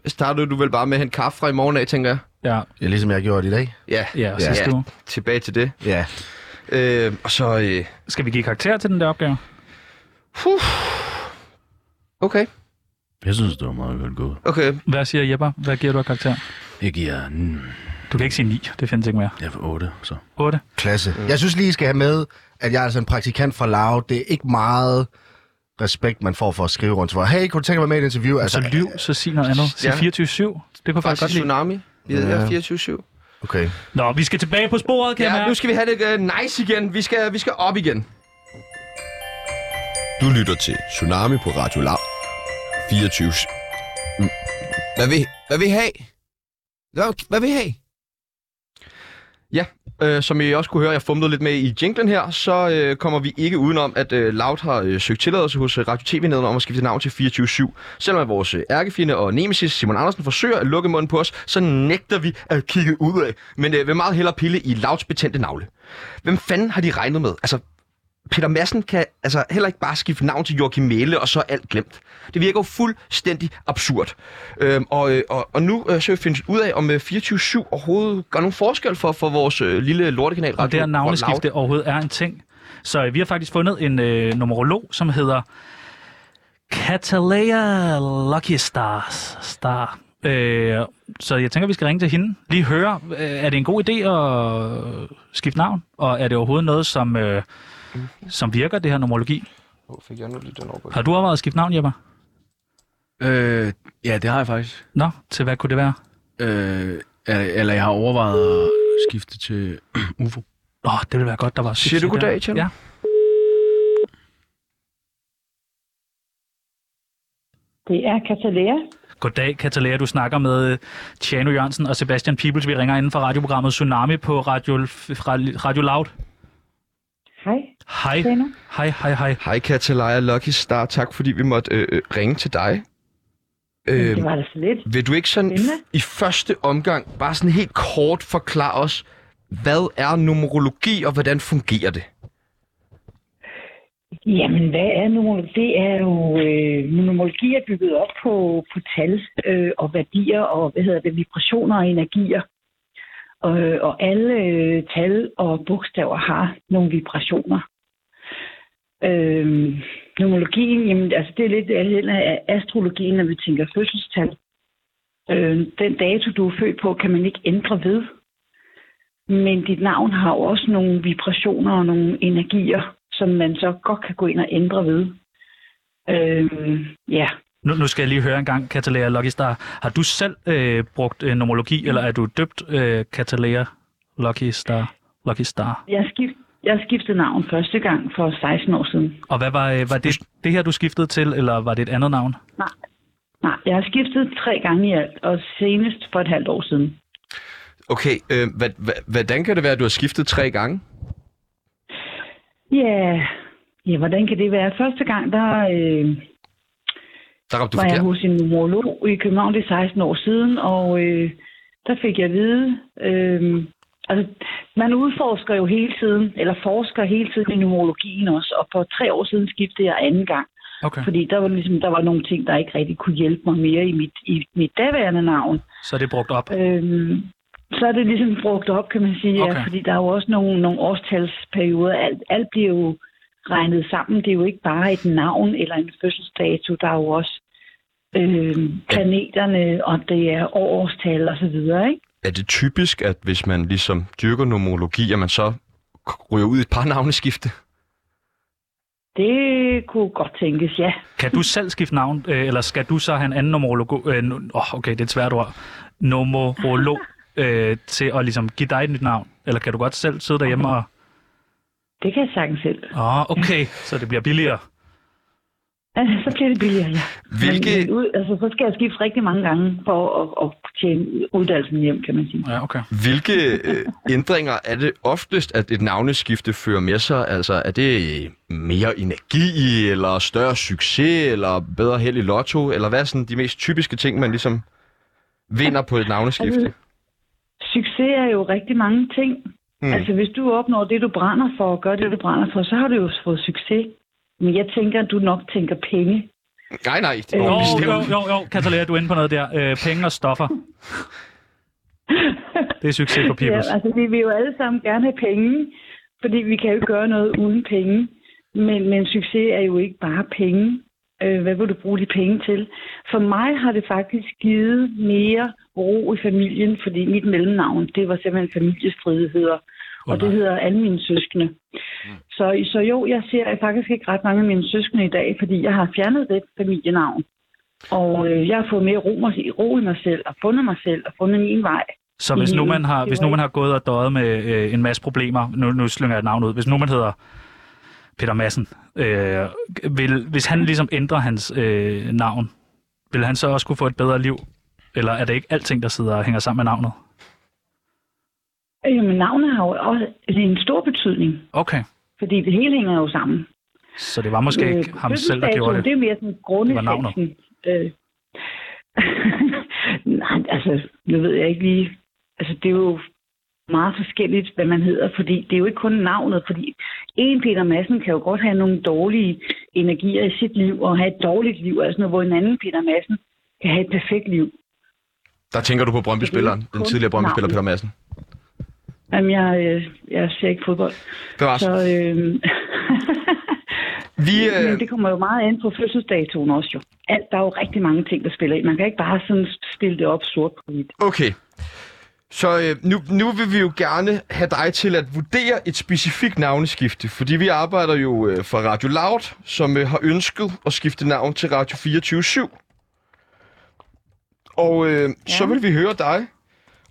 B: startede du vel bare med at hente kaffe fra i morgen af, tænker jeg.
C: Ja,
G: Ja, ligesom jeg gjorde det i dag.
B: Ja,
C: ja, sidste uge.
B: tilbage til det.
G: Ja.
B: Øhm, og så... Øh,
C: Skal vi give karakter til den der opgave?
B: puh. Okay,
E: Jeg synes, det var meget godt gået.
B: okay.
C: Hvad siger Jepper? Hvad giver du af karakter?
E: Jeg giver mm,
C: Du kan ikke sige 9, det findes ikke mere.
E: jeg får 8, så.
C: 8?
G: Klasse. Mm. Jeg synes lige, I skal have med, at jeg er altså en praktikant fra Lav. Det er ikke meget respekt, man får for at skrive rundt. For, hey, kunne du tænke mig med i et interview?
C: Så
G: Altså,
C: lyv, så sig noget andet. Sig 24-7.
B: Ja.
C: Det kunne jeg faktisk
B: Faktisk
C: godt lide.
B: Tsunami. Ja, ja. 24-7.
G: okay.
C: Nå, vi skal tilbage på sporet, kan jeg
B: Ja, nu
C: mærke.
B: skal vi have det uh, nice igen. Vi skal, vi skal op igen.
A: Du lytter til Tsunami på Radio Lav. 24
F: Hvad vil, hvad vil I have? Hvad, hvad vil I have?
B: Øh, som I også kunne høre, jeg fumlede lidt med i jinglen her, så øh, kommer vi ikke udenom, at øh, Loud har øh, søgt tilladelse hos øh, Radio tv neden om at skifte navn til 24-7. Selvom at vores øh, ærkefjende og nemesis Simon Andersen forsøger at lukke munden på os, så nægter vi at kigge ud af, men øh, vil meget hellere pille i Louds betændte navle. Hvem fanden har de regnet med? Altså, Peter Madsen kan altså heller ikke bare skifte navn til Joachim Mæle, og så er alt glemt. Det virker jo fuldstændig absurd. Øhm, og, øh, og, og nu øh, skal vi finde ud af, om øh, 24-7 overhovedet gør nogen forskel for, for vores øh, lille lortekanal.
C: Og det
B: Radio
C: er
B: Loud.
C: navneskifte overhovedet er en ting. Så øh, vi har faktisk fundet en øh, numerolog, som hedder Catalea Lucky Stars. Star. Øh, så jeg tænker, vi skal ringe til hende. Lige høre, øh, er det en god idé at øh, skifte navn? Og er det overhovedet noget, som, øh, som virker, det her numerologi? Har du overvejet at skifte navn, Jepper?
E: Øh, ja, det har jeg faktisk.
C: Nå, til hvad kunne det være?
E: Øh, eller- eller jeg har overvejet at skifte til UFO.
C: Åh, oh, det ville være godt, der var succes
B: Siger du
C: der.
B: goddag til hende?
C: Ja.
J: Det er Catalea.
C: Goddag, Catalea. Du snakker med øh, Tjano Jørgensen og Sebastian Peoples. Vi ringer inden for radioprogrammet Tsunami på Radio, fra- radio Loud.
J: Hej,
C: Hej.
J: Tjano.
C: Hej, hej, hej.
B: Hej Katalaya Lucky Star, tak fordi vi måtte øh, øh, ringe til dig.
J: Øh,
B: Øh,
J: det var da så lidt.
B: vil du ikke sådan
J: spændende.
B: f- i første omgang bare sådan helt kort forklare os, hvad er numerologi, og hvordan fungerer det?
J: Jamen, hvad er numerologi? Det er jo... Øh, numerologi er bygget op på, på tal øh, og værdier og, hvad hedder det, vibrationer og energier. Og, og alle øh, tal og bogstaver har nogle vibrationer. Øh, numerologien, jamen, altså det er lidt af- af astrologien, når vi tænker fødselstal. Øh, den dato, du er født på, kan man ikke ændre ved. Men dit navn har jo også nogle vibrationer og nogle energier, som man så godt kan gå ind og ændre ved. Øhm, ja.
C: Nu, nu skal jeg lige høre en gang, Catalea Lucky Star. Har du selv øh, brugt øh,
J: Mm.
C: nomologi, eller er du døbt øh, Catalea Lucky Star? Lucky Star.
J: Jeg, skift, jeg skiftede navn første gang for 16 år siden.
C: Og hvad var, øh, var det, det her, du skiftede til, eller var det et andet navn?
J: Nej, jeg har skiftet tre gange i alt, og senest for et halvt år siden.
B: Okay, øh, hvad, hvad, hvordan kan det være, at du har skiftet tre gange?
J: Ja, ja hvordan kan det være? Første gang, der... Øh,
B: Der ramte du
J: var jeg
B: forkert.
J: hos en numerolog i København, det er 16 år siden, og øh, der fik jeg at vide, øh, altså man udforsker jo hele tiden, eller forsker hele tiden i numerologien også, og for tre år siden skiftede jeg anden gang,
C: Okay.
J: fordi der var ligesom, der var nogle ting, der ikke rigtig kunne hjælpe mig mere i mit, i mit daværende navn.
C: Så er det brugt op.
J: Øhm, så er det ligesom brugt op, kan man sige,
C: Okay.
J: ja, fordi der er jo også nogle, nogle årstalsperioder. Alt, alt bliver jo regnet sammen. Det er jo ikke bare et navn eller en fødselsdato. Der er jo også øhm, planeterne, og det er årstal og så videre, ikke?
B: Er det typisk, at hvis man ligesom dyrker nomologi, at man så ryger ud i et par navneskifte?
J: Det kunne godt tænkes, ja.
C: Kan du selv skifte navn, øh, eller skal du så have en anden nomolog... Øh, nu- åh, okay, det er et svært ord. Nomolog øh, til at ligesom give dig et nyt navn? Eller kan du godt selv sidde derhjemme og...
J: Det kan jeg sagtens selv.
C: Åh, oh, okay, så det bliver billigere.
J: Altså, så bliver det billigere, ja.
B: Hvilke-
J: Men, men ud, altså, så skal jeg skifte rigtig mange gange for at, at tjene uddannelsen hjem, kan man sige.
C: Ja, okay.
B: Hvilke øh, ændringer er det oftest, at et navneskifte fører med sig? Altså, er det mere energi, eller større succes, eller bedre held i lotto? Eller hvad er sådan de mest typiske ting, man ligesom vinder på et navneskifte?
J: Altså, Succes er jo rigtig mange ting. Mm. Altså, hvis du opnår det, du brænder for, og gør det, du brænder for, så har du jo fået succes. Men jeg tænker, at du nok tænker penge.
B: Nej, nej. Det
J: Øh,
B: var
C: Jo,
B: bestemt-
C: jo, jo, jo. Katalea, du er inde på noget der. Øh, penge og stoffer. Det er succes for Peoples.
J: Ja, altså, vi vil jo alle sammen gerne have penge, fordi vi kan jo ikke gøre noget uden penge. Men, men succes er jo ikke bare penge. Øh, hvad vil du bruge de penge til? For mig har det faktisk givet mere ro i familien, fordi mit mellemnavn, det var simpelthen familiestridigheder.
C: Åh,
J: og det
C: nej.
J: hedder alle mine søskende. Så, så jo, jeg ser faktisk ikke ret mange af mine søskende i dag, fordi jeg har fjernet det familienavn. Og øh, jeg har fået mere ro, ro i mig selv, og fundet mig selv, og fundet min vej. øh,
C: Så hvis nu man har,
J: Mhm. Det
C: hvis
J: var
C: nu man har gået og døjet med øh, en masse problemer, nu, nu slynger jeg et navn ud, hvis nu man hedder Peter Madsen, øh, vil, hvis
J: Mhm.
C: han ligesom ændrer hans øh, navn, vil han så også kunne få et bedre liv? Eller er det ikke alting, der sidder og hænger sammen med navnet?
J: Øh, men navnet har jo også en stor betydning,
C: Okay,
J: fordi det hele hænger jo sammen.
C: så det var måske
J: Øh,
C: ikke ham selv, der gjorde
J: fødselsdatoen,
C: det.
J: Det er mere sådan grundessensen. Øh. Nej, altså, nu ved jeg ikke lige. Altså, det er jo meget forskelligt, hvad man hedder, fordi det er jo ikke kun navnet, fordi en Peter Madsen kan jo godt have nogle dårlige energier i sit liv, og have et dårligt liv, altså noget, hvor en anden Peter Madsen kan have et perfekt liv.
B: Der tænker du på Brøndby-spilleren, den tidligere Brøndby-spiller
J: Navnet.
B: Peter Madsen.
J: Jamen, jeg, øh, jeg ser ikke fodbold.
B: Bevares.
J: Så, øh,
B: Vi,
J: Men
B: øh,
J: det kommer jo meget an på fødselsdatoen også jo. Alt, der er jo rigtig mange ting, der spiller ind. Man kan ikke bare sådan stille det op sort på hvidt.
B: Okay. Så øh, nu, nu vil vi jo gerne have dig til at vurdere et specifikt navneskifte, fordi vi arbejder jo øh, for Radio Loud, som øh, har ønsket at skifte navn til Radio 24 Og øh, ja. så vil vi høre dig,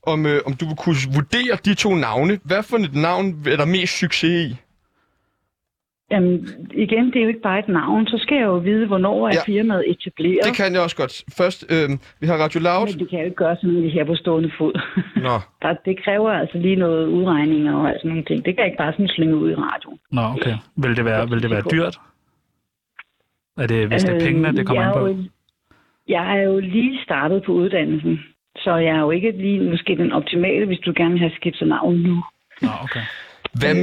B: om, øh, om du vil kunne vurdere de to navne. Hvad for et navn er der mest succes i?
J: Jamen, igen, det er jo ikke bare et navn. Så skal jeg jo vide, hvornår er
B: Ja.
J: ja. firmaet etableret.
B: Det kan jeg også godt. Først, øh, vi har Radio Loud.
J: Men det kan jeg jo ikke gøre sådan lige her på stående fod.
B: Nå.
J: Der, det kræver altså lige noget udregninger og sådan nogle ting. Det kan jeg ikke bare sådan slynge ud i radioen.
C: Nå, okay. Vil det være, vil det være dyrt? Er det, hvis det er
J: Øh,
C: pengene, det kommer
J: jeg
C: an
J: er
C: på?
J: jo- Jeg er jo lige startet på uddannelsen, så jeg er jo ikke lige måske den optimale, hvis du gerne vil have skiftet navn nu.
C: Nå, okay.
B: Hvem,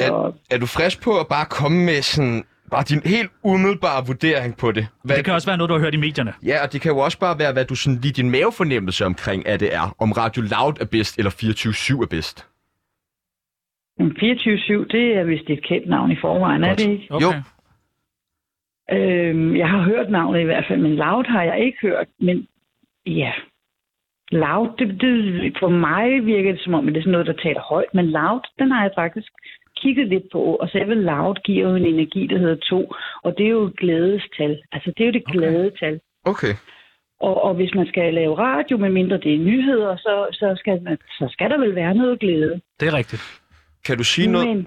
J: Så,
B: Er, er du frisk på at bare komme med sådan bare din helt umiddelbare vurdering på det? Hvad,
C: Det kan også være noget, du har hørt i medierne.
B: Ja, og det kan jo også bare være, hvad du sådan lige din mavefornemmelse omkring, at det er. Om Radio Loud er bedst, eller 24-7 er bedst.
J: Men 24-7, det er vist et kendt navn i forvejen, er
C: Godt.
J: det ikke?
C: Okay.
B: Jo.
J: Øhm, jeg har hørt navnet i hvert fald, men Loud har jeg ikke hørt. Men ja, Loud, det, det, for mig virker det som om, at det er sådan noget, der taler højt. Men Loud, den har jeg faktisk kigget lidt på, og selve Loud giver jo en energi, der hedder 2, og det er jo et glædestal. Altså, det er jo det okay. glædetal.
B: Okay.
J: Og, og hvis man skal lave radio, medmindre det er nyheder, så, så, skal, man, så skal der vel være noget glæde.
C: Det er rigtigt.
B: Kan du sige noget?
J: Men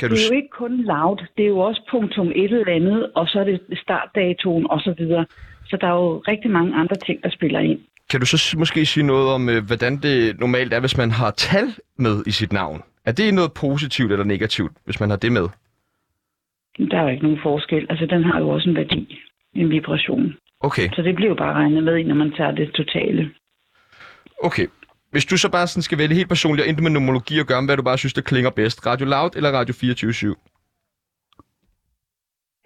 B: Kan du
J: Det er
B: s-
J: jo ikke kun loud, det er jo også punktum et eller andet, og så er det startdatoen og så videre. Så der er jo rigtig mange andre ting, der spiller ind.
B: Kan du så s- måske sige noget om, øh, hvordan det normalt er, hvis man har tal med i sit navn? Er det noget positivt eller negativt, hvis man har det med?
J: Der er jo ikke nogen forskel. Altså, den har jo også en værdi, en vibration.
B: Okay,
J: Så det bliver jo bare regnet med i, når man tager det totale.
B: okay. Hvis du så bare sådan skal vælge helt personligt og intet med nomologi at gøre, men hvad du bare synes, der klinger bedst. Radio Loud eller Radio 24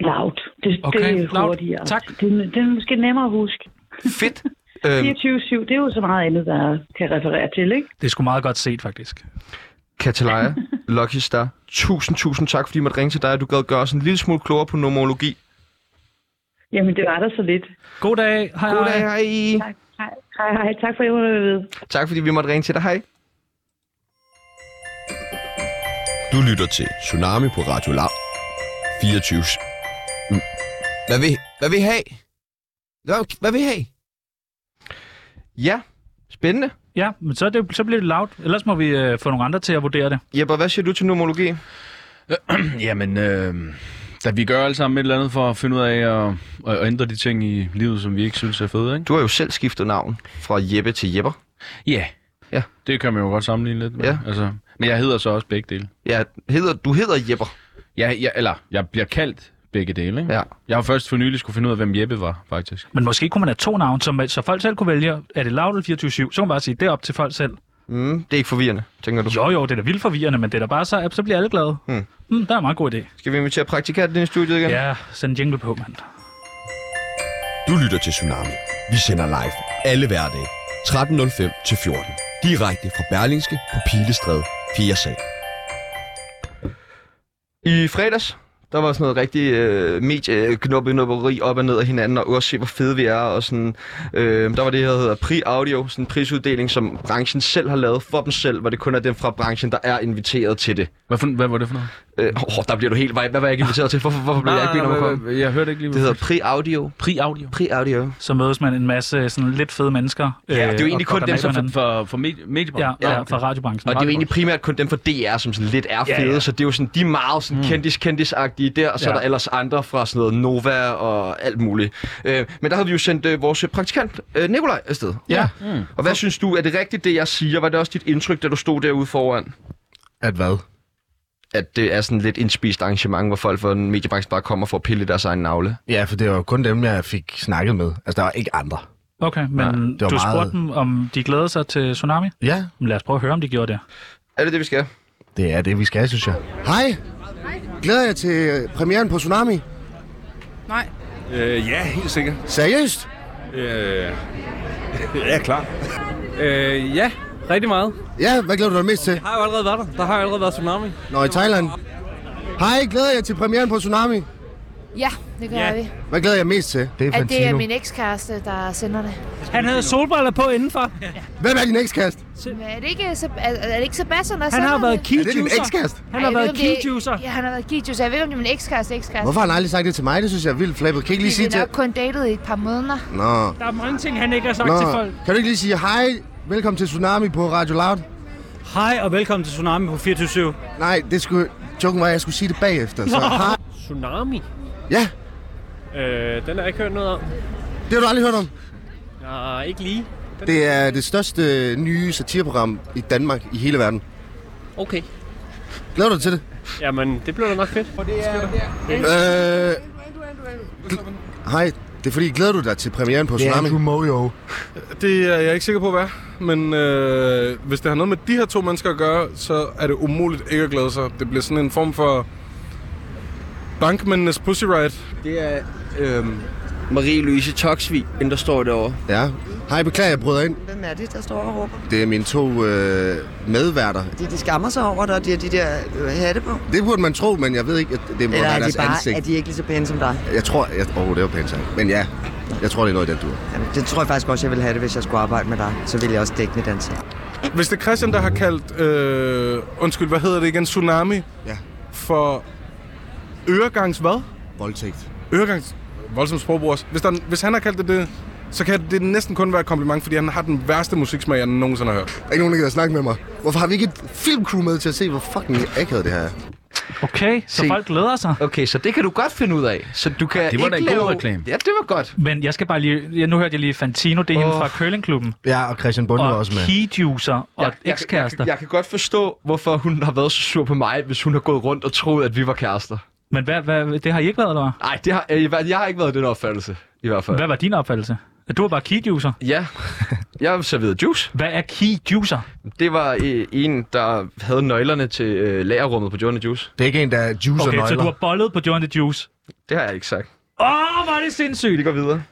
J: Loud. Det,
C: Okay,
J: det er
C: loud.
J: hurtigere.
C: Tak.
J: Det, det er måske nemmere at huske.
B: Fedt. øhm,
J: 24-7, det er jo så meget andet, der kan referere til, ikke?
C: Det er sgu meget godt set, faktisk.
B: Katalaya, Lucky Star, tusind, tusind tak, fordi man ringe til dig, og du gad gøre os en lille smule klogere på nomologi.
J: Jamen, det var der så lidt.
C: God dag. Hej,
B: God dag,
C: hej.
B: hej.
J: Tak. Hej, hej, hej. Tak for, at I var ved.
B: Tak, fordi vi måtte ringe til dig, hej.
A: Du lytter til Tsunami på Radio Loud 24
F: Hvad vil, hvad vil I have? Hvad, hvad vil I have?
B: Ja, spændende.
C: Ja, men så, er det, så bliver det loud. Ellers må vi øh, få nogle andre til at vurdere det.
B: Jeppe, hvad siger du til nomologi?
E: Jamen, øh, da vi gør alle sammen et eller andet for at finde ud af at, at, at ændre de ting i livet, som vi ikke synes er fede, ikke?
B: Du har jo selv skiftet navn fra Jeppe til Jepper.
E: Ja.
B: Ja.
E: Det kan man jo godt sammenligne lidt med.
B: Ja.
E: Altså, men jeg hedder så også begge dele.
B: Ja, hedder, du hedder Jepper.
E: Ja, jeg, eller jeg bliver kaldt begge dele, ikke?
B: Ja.
E: Jeg har først for nylig skulle finde ud af, hvem Jeppe var, faktisk.
C: Men måske kunne man have to navne, som, så folk selv kunne vælge, er det loud eller 24-7? Så kunne man bare sige, det er op til folk selv.
B: Mm, det er ikke forvirrende, tænker du.
C: Jo, jo, det er da vildt forvirrende, men det er da bare så, så bliver alle glade.
B: Hmm.
C: Mm, der er en meget god idé.
B: Skal vi invitere praktikanten ind i studiet igen?
C: Ja, send en jingle på, mand.
A: Du lytter til Tsunami. Vi sender live alle hverdage 13.05 til 14. Direkte fra Berlingske på Pilestræde 4. sal.
B: I fredags, der var sådan noget rigtig øh, medieknoppenupperi op og ned af hinanden, og også se, hvor fede vi er, og sådan, øh, der var det her, der hedder Pri Audio, sådan en prisuddeling, som branchen selv har lavet for dem selv, hvor det kun er dem fra branchen, der er inviteret til det.
E: Hvad, for, hvad var det for noget?
B: Øh, åh, der bliver du helt vej. Hvad var jeg ikke inviteret til? Hvorfor, hvorfor blev jeg ikke bedt om at komme?
E: jeg, jeg hørte ikke lige,
B: Det hedder Pri Audio.
E: Pri Audio.
B: Pri Audio.
C: Så mødes man en masse sådan lidt fede mennesker. øh, Ja,
B: det er jo egentlig kun dem, som-
E: For, for medie, mediebranchen.
C: Ja, ja,
B: Ja, okay.
C: fra radiobranchen.
B: Og det er jo egentlig primært kun dem fra DR, som sådan lidt er
C: Ja,
B: fede, ja,
C: ja.
B: ja. så det er jo sådan, de er meget sådan mm. kendis-kendis-agtige der, og så ja.
C: Ja.
B: er der ellers andre fra sådan noget Nova og alt muligt. Øh, men der havde vi jo sendt øh, vores praktikant øh, Nikolaj afsted.
C: Ja.
B: Mm. Og hvad synes du, er det rigtigt det, jeg siger? Var det også dit indtryk, da du stod derude foran?
G: At hvad?
B: At det er sådan lidt indspist arrangement, hvor folk fra mediebranchen bare kommer for at pille i deres egen navle.
G: Ja, for det var kun dem, jeg fik snakket med. Altså, der var ikke andre.
C: Okay,
B: Ja,
C: men
G: det var
C: du
G: meget-
C: spurgte dem, om de glæder sig til Tsunami?
G: Ja,
C: Men lad os prøve at høre, om de gjorde det.
B: Er det det, vi skal?
G: det er det, vi skal, synes jeg. Hej. Glæder jeg til premieren på Tsunami?
K: Øh, ja, helt sikkert.
G: Seriøst?
K: Øh, jeg er klar. Øh, ja, rigtig meget.
G: Ja, hvad glæder du dig mest til?
K: Jeg har jo allerede været der. Der har jo allerede været tsunami.
G: Nå, i Thailand. Hej, glæder jeg til premieren på Tsunami?
L: Ja, det gør
K: Ja.
L: vi.
G: Hvad glæder jeg mest til? Det er
L: At det er min ekskæreste, der sender det.
K: Han havde solbriller på indenfor.
G: Hvem er din ekskast?
L: Men er det ikke, Seb- er, er det ikke Sebastian, der sender det?
G: Er det din ekskæreste?
L: Han har været keyjuicer. Ja, han har været keyjuicer. Jeg ved ikke, om det er min ekskæreste, ekskæreste.
G: Hvorfor har han aldrig sagt det til mig? Det synes jeg er vildt flabet. Kan I ikke lige sige
L: Vi
G: til...
L: er nok kun datet i et par måneder.
G: Nå.
K: Der er mange ting, han ikke har sagt
G: Nå. Kan du ikke lige sige hej? Velkommen til Tsunami på Radio Loud.
K: Hej og velkommen til Tsunami på 24
G: Nej, det skulle... Joken var, at jeg skulle sige det bagefter. Så hej.
K: Tsunami?
G: Ja,
K: Øh, den har jeg ikke hørt noget om.
G: det har du aldrig hørt om.
K: Nej, ikke lige.
G: Det er det største nye satireprogram i Danmark i hele verden.
K: Okay.
G: Glæder du dig til det?
K: Jamen, det bliver da nok fedt.
G: Øh... Hej, det er fordi, glæder du dig til premieren på Tsunami? Det er Mojo.
M: Det er jeg ikke sikker på, hvad er. Men øh, hvis det har noget med de her to mennesker at gøre, så er det umuligt ikke at glæde sig. Det bliver sådan en form for bankmændenes pussy ride.
B: Det er øh, Marie-Louise Toksvig, der står derovre.
G: Ja. Hej, beklager, jeg bryder ind.
N: Hvem er det, der står og råber?
G: Det er mine to øh, medværter.
N: De, de skammer sig over dig, og de har de der øh, hatte på.
G: Det burde man tro, men jeg ved ikke, at det må
N: Eller
G: være
N: er de
G: deres
N: bare,
G: ansigt.
N: er de ikke lige så pæne som dig?
G: Jeg tror... Jeg... Åh, oh, det var pænt sagt. Men ja, jeg tror, det er noget i den dur.
N: Jamen, det tror jeg faktisk også, jeg ville have det, hvis jeg skulle arbejde med dig. Så ville jeg også dække mit ansigt.
M: Hvis det er Christian, der har kaldt, øh, undskyld, hvad hedder det igen, Tsunami,
G: Ja.
M: for øregangs hvad?
G: Voldtægt.
M: Øregangs... Voldsomt sprogbrug også. Hvis, der, hvis han har kaldt det det, så kan det næsten kun være et kompliment, fordi han har den værste musiksmag, jeg nogensinde har hørt.
G: Der er ikke nogen, der gider snakke med mig. Hvorfor har vi ikke et filmcrew med til at se, hvor fucking akavet det her er?
C: Okay, så folk glæder sig.
B: Okay, så det kan du godt finde ud af. Så du
G: Ah,
B: kan
C: det var da
B: ikke
C: en god
B: lave...
C: reklame.
B: Ja, det var godt.
C: Men jeg skal bare lige... Ja, nu hørte jeg lige Fantino, det er oh. hende
B: Åh.
C: fra curlingklubben.
G: Ja, og Christian Bunde var
C: Og
G: også med.
C: keyjuicer og
B: Jeg- jeg-
C: ekskærester.
B: Jeg, jeg, jeg kan godt forstå, hvorfor hun har været så sur på mig, hvis hun har gået rundt og troet, at vi var kærester.
C: Men hvad, hvad, det har I ikke været, eller
B: Nej, det har, øh, jeg har ikke været den opfattelse, i hvert
C: hvad?
B: fald.
C: Hvad var din opfattelse? At Du var bare keyjuicer.
B: Ja, jeg serverede juice.
C: Hvad er key juicer?
B: Det var øh, en, der havde nøglerne til øh, lagerrummet på Johnny Juice.
G: Det er ikke en, der juicer
C: Okay, så du har bollet på John the Juice.
B: Det har jeg ikke sagt.
C: Åh, oh, hvor er det sindssygt.
B: Vi går videre.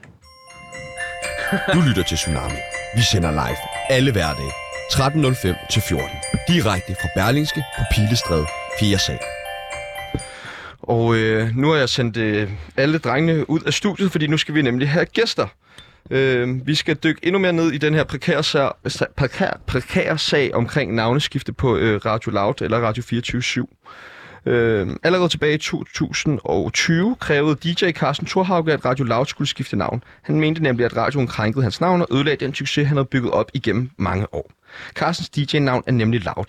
A: Du lytter til Tsunami. Vi sender live alle hverdage 13.05 til 14. Direkte fra Berlingske på Pilestræde 4. sal.
B: Og øh, nu har jeg sendt øh, alle drengene ud af studiet, fordi nu skal vi nemlig have gæster. Øh, vi skal dykke endnu mere ned i den her prekære sag, sa, prekære, prekære sag omkring navneskifte på øh, Radio Loud eller Radio 24-7. Øh, allerede tilbage i 2020 krævede DJ Carsten Thorhauge, at Radio Loud skulle skifte navn. Han mente nemlig, at radioen krænkede hans navn og ødelagde den succes, han havde bygget op igennem mange år. Carstens DJ-navn er nemlig Loud.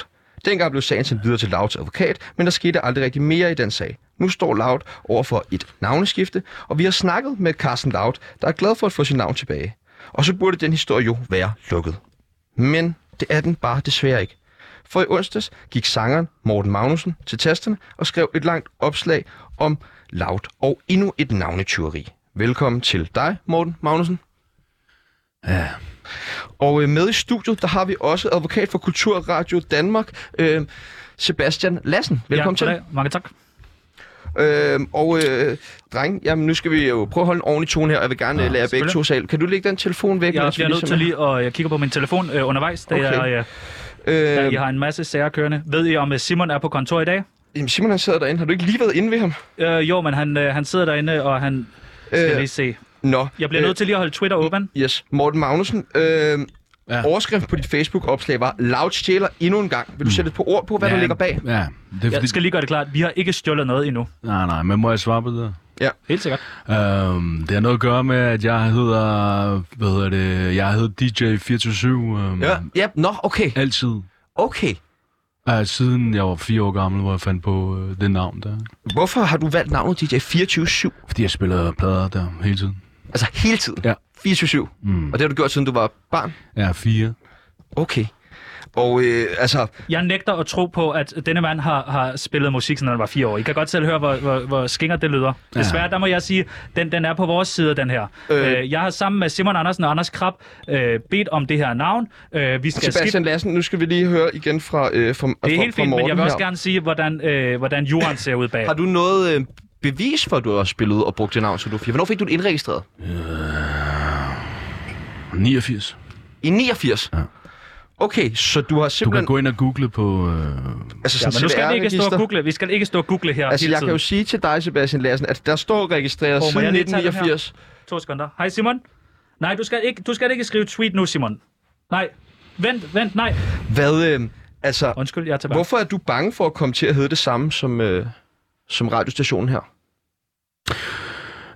B: Dengang blev sagen sendt videre til Louds advokat, men der skete aldrig rigtig mere i den sag. Nu står Loud over for et navneskifte, og vi har snakket med Carsten Loud, der er glad for at få sit navn tilbage. Og så burde den historie jo være lukket. Men det er den bare desværre ikke. For i onsdags gik sangeren Morten Magnussen til tasterne og skrev et langt opslag om Loud og endnu et navnetyveri. Velkommen til dig, Morten Magnussen.
E: Ja.
B: Og øh, med i studiet, der har vi også advokat for Kultur Radio Danmark, øh, Sebastian Lassen. Velkommen ja, til.
C: goddag. Mange tak.
B: Øh, og øh, dreng, jamen, nu skal vi jo prøve at holde en ordentlig tone her, og jeg vil gerne ja, lære jer begge
C: selvfølgelig.
B: to sal. Kan du lægge den telefon væk?
C: Jeg
B: mens vi
C: bliver nødt til
B: ligesom-
C: lige, og jeg kigger på min telefon øh, undervejs, da,
B: Okay.
C: okay. jeg, øh, da jeg har en masse sager kørende. Ved I, om øh, Simon er på kontor i dag?
B: Jamen, Simon han sidder derinde. Har du ikke lige været inde ved ham?
C: Øh, jo, men han, øh, han sidder derinde, og han skal
B: Øh,
C: øh, lige se.
B: Nå. øh,
C: Jeg bliver nødt til lige at holde Twitter åben.
B: Yes. Morten Magnussen, øh, ja. overskriften på dit Facebook-opslag var, Loud stjæler endnu en gang. Vil du sætte et par ord på, hvad Mm. ja. Mm. der ligger
E: Ja,
B: bag?
E: det er
C: Det
E: fordi...
C: jeg skal lige gøre det klart, vi har ikke stjålet noget endnu.
E: Nej, nej, men må jeg svare på det?
B: Ja.
C: Helt sikkert.
E: Øhm, det har noget at gøre med, at jeg hedder, hvad hedder det, jeg hedder DJ 24 øhm,
B: Ja, ja. Nå, okay.
E: altid.
B: Okay.
E: Øh, siden jeg var fire år gammel, hvor jeg fandt på øh, det navn der.
B: Hvorfor har du valgt navnet DJ 24-7?
E: Fordi jeg spiller plader der hele tiden.
B: Altså hele tiden?
E: Ja.
B: 24-7? Mm. Og det har du gjort, siden du var barn?
E: Ja, fire.
B: Okay. Og øh, altså,
C: Jeg nægter at tro på, at denne mand har, har spillet musik, siden han var fire år. I kan godt selv høre, hvor, hvor, hvor skinger det lyder.
E: Ja.
C: Desværre, der må jeg sige, den, den er på vores side, den her.
B: Øh.
C: Øh. Øh, jeg har sammen med Simon Andersen og Anders Krab øh, bedt om det her navn. Øh, vi skal
B: Sebastian Lassen, nu skal vi lige høre igen fra, øh, fra,
C: Det er
B: fra,
C: helt
B: fra
C: fint,
B: Morten
C: men jeg vil også
B: her.
C: gerne sige, hvordan, øh, hvordan jorden ser ud bag.
B: Har du noget øh, bevis for, at du har spillet og brugt det navn, så du fik? Hvornår fik du det indregistreret?
E: Øh, 89.
B: I 89?
E: Ja.
B: Okay, så du har
E: Du kan
B: simpelthen...
E: gå ind og google på... Øh,
B: Altså,
C: Ja,
B: sådan
C: men nu skal vi ikke stå
B: CVR-register.
C: og google. Vi skal ikke stå og google her
B: Altså,
C: hele
B: jeg
C: tiden.
B: kan jo sige til dig, Sebastian Lassen, at der står registreret
C: Hov, må jeg
B: siden
C: lige tage den her?
B: 1989.
C: To sekunder. Hej Simon. Nej, du skal ikke, du skal ikke skrive tweet nu, Simon. Nej. Vent, vent, nej.
B: Hvad, øh, altså,
C: Undskyld, jeg er tilbage.
B: hvorfor er du bange for at komme til at hedde det samme som, øh, som radiostationen her?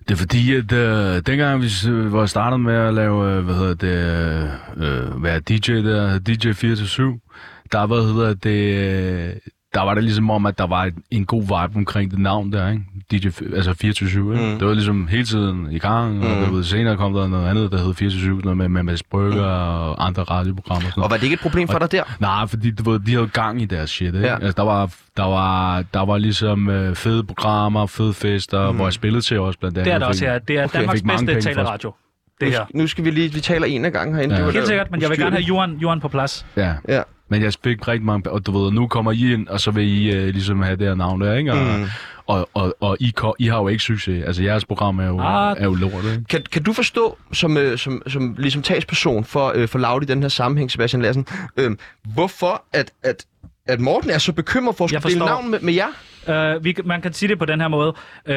E: Det er fordi, at øh, dengang vi øh, var startet med at lave, øh, hvad hedder det, øh, øh, være DJ der, DJ 4-7, der, hvad hedder det, øh, der var det ligesom om, at der var et, en god vibe omkring det navn der, ikke? DJ, f- altså 4-7, mm.
B: Mm.
E: Det var ligesom hele tiden i gang, og
B: Mm.
E: mm. ved, senere kom der noget andet, der hed 4-7, sådan noget med, med Mads Brygger mm. og andre radioprogrammer. Og, sådan
B: Og var det ikke et problem for dig der?
E: Nej, fordi du ved, de havde gang i deres shit, ikke?
B: Ja.
E: Ja. Altså, der var, der var, der var ligesom øh, fede programmer, fede fester, mm. hvor jeg spillede til også blandt andet.
C: Det er der
E: Jeg
C: også
E: fik-
C: her. Det er
E: Okay.
C: okay.
E: Jeg
C: Danmarks
E: fik mange
C: bedste
E: penge for at
C: taleradio. Det
B: Nu-
C: her.
B: Nu skal vi lige... Vi taler en ad gangen herinde.
E: Ja.
B: Det var
C: Helt
B: da
C: sikkert, men jeg vil gerne have
B: ustyrligt.
C: Johan, Johan på plads.
E: Ja.
B: Ja.
E: Men jeg fik rigtig mange... Og du ved, nu kommer I ind, og så vil I øh, ligesom have det her navn der, ikke? Og,
B: Mm.
E: mm. og, og, og I, ko- I har jo ikke succes. Altså, jeres program er jo,
C: Ah.
E: er jo lort, ikke?
B: Kan, kan du forstå, som, øh, som, som ligesom talsperson for, øh, for Laud i den her sammenhæng, Sebastian Lassen, øh, hvorfor at, at, at Morten er så bekymret for at
C: Jeg
B: skulle dele
C: forstår.
B: navn med, med jer?
C: Uh, vi, kan- man kan sige det på den her måde. Uh,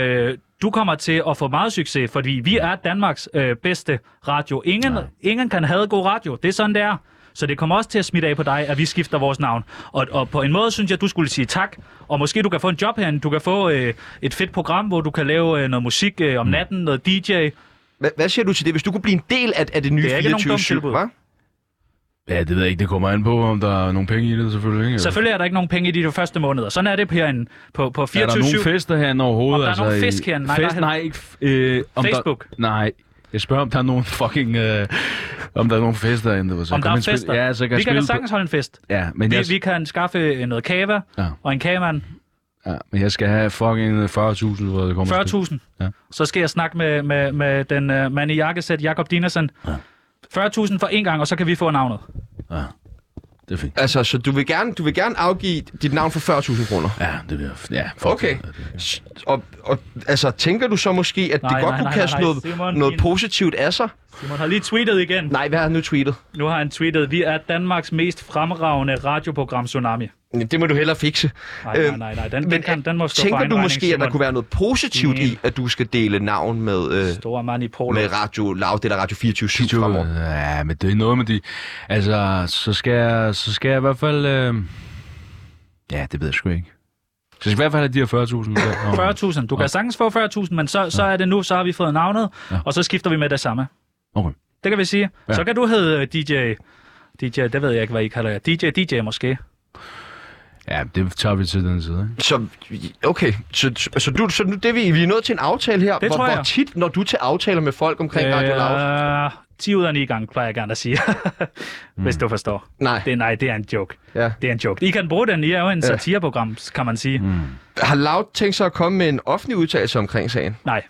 C: du kommer til at få meget succes, fordi vi er Danmarks uh, bedste radio. Ingen, ingen kan have god radio. Det er sådan, det er. Så det kommer også til at smitte af på dig, at vi skifter vores navn. Og, og på en måde synes jeg, du skulle sige tak. Og måske du kan få en job herinde. Du kan få øh, et fedt program, hvor du kan lave øh, noget musik øh,
E: Mm.
C: om natten, noget DJ.
B: Hva, hvad siger du til det, hvis du kunne blive en del af, af det nye
C: Det er ikke nogen dumt
B: 24-7,
C: tilbud.
B: hva?
E: Ja, det ved jeg ikke. Det kommer an på, om der er nogle penge i det, selvfølgelig. Ikke?
C: Selvfølgelig er der ikke nogen penge i de første måneder. Sådan er det herinde på, på 24-7.
E: Er der nogen fester herinde overhovedet?
C: Om der er
E: altså,
C: nogen
E: i-
C: fisk herinde? Nej,
E: fest,
C: der er-
E: nej, ikke... f- Øh, om
C: Facebook?
E: Der, nej, jeg spørger, om der er nogen fucking... Øh, om der er nogen fester herinde. Så
C: Om der
E: kan
C: er
E: man spille-
C: fester?
E: Ja, så kan
C: vi kan da
E: spille på-
C: sagtens holde en fest.
E: Ja, men
C: vi,
E: jeg-
C: vi kan skaffe øh, noget kava
E: Ja.
C: og en kageman.
E: Ja, men jeg skal have fucking 40.000, hvor det kommer til.
C: 40.000.
E: Ja.
C: Så skal jeg snakke med, med, med den uh, mand i jakkesæt, Jakob Dinesen. Ja. 40.000 for en gang, og så kan vi få navnet.
E: Det er fint.
B: Altså, så du vil gerne, du vil gerne afgive dit navn for 40.000 kroner?
E: Ja, det vil jeg. Ja,
B: okay. S- Og, og, altså, tænker du så måske, at
C: Nej,
B: det godt
C: nej,
B: kunne
C: nej,
B: kaste
C: nej,
B: noget,
C: Simon,
B: noget
C: din-
B: positivt af sig?
C: Simon har lige tweetet igen.
B: Nej, hvad har han nu tweetet?
C: Nu har han tweetet, vi er Danmarks mest fremragende radioprogram Tsunami.
B: Det må du hellere fikse.
C: Nej, nej,
B: Øhm,
C: nej, nej. Den, den,
B: men
C: kan, den må stå for
B: Tænker
C: egen
B: du
C: regning,
B: måske, at der
C: Simon.
B: kunne være noget positivt i, at du skal dele navn med, øh,
C: Store mand i Polen.
B: med Radio Loud eller Radio 24
E: fremover. Ja, men det er noget med de... Altså, så skal jeg, så skal jeg i hvert fald... Øh... Ja, det ved jeg sgu ikke. Så jeg skal i hvert fald have de her 40.000. der. Nå.
C: 40.000. Du kan sagtens få 40.000, men så, så er det nu, så har vi fået navnet, og så skifter vi med det samme.
E: Okay.
C: Det kan vi sige.
E: Ja.
C: Så kan du hedde øh, DJ... DJ, det ved jeg ikke, hvad I kalder jer. DJ, DJ måske.
E: Ja, det tager vi til den side, ikke?
B: Så, okay, så, så, så, du, så nu, det, vi, vi er nået til en aftale her.
C: Det
B: hvor,
C: tror
B: hvor
C: jeg.
B: tit når du til aftaler med folk omkring Radio Loud?
C: Øh, 10 ud af 9 gange, plejer jeg gerne at sige.
E: Mm.
C: Hvis du forstår.
B: Nej.
C: Det, nej, det er en joke.
B: Ja.
C: Det er en joke. I kan bruge den. I er jo en
B: Ja.
C: satireprogram, kan man sige. Mm.
B: Har Loud tænkt sig at komme med en offentlig udtalelse omkring sagen?
C: Nej.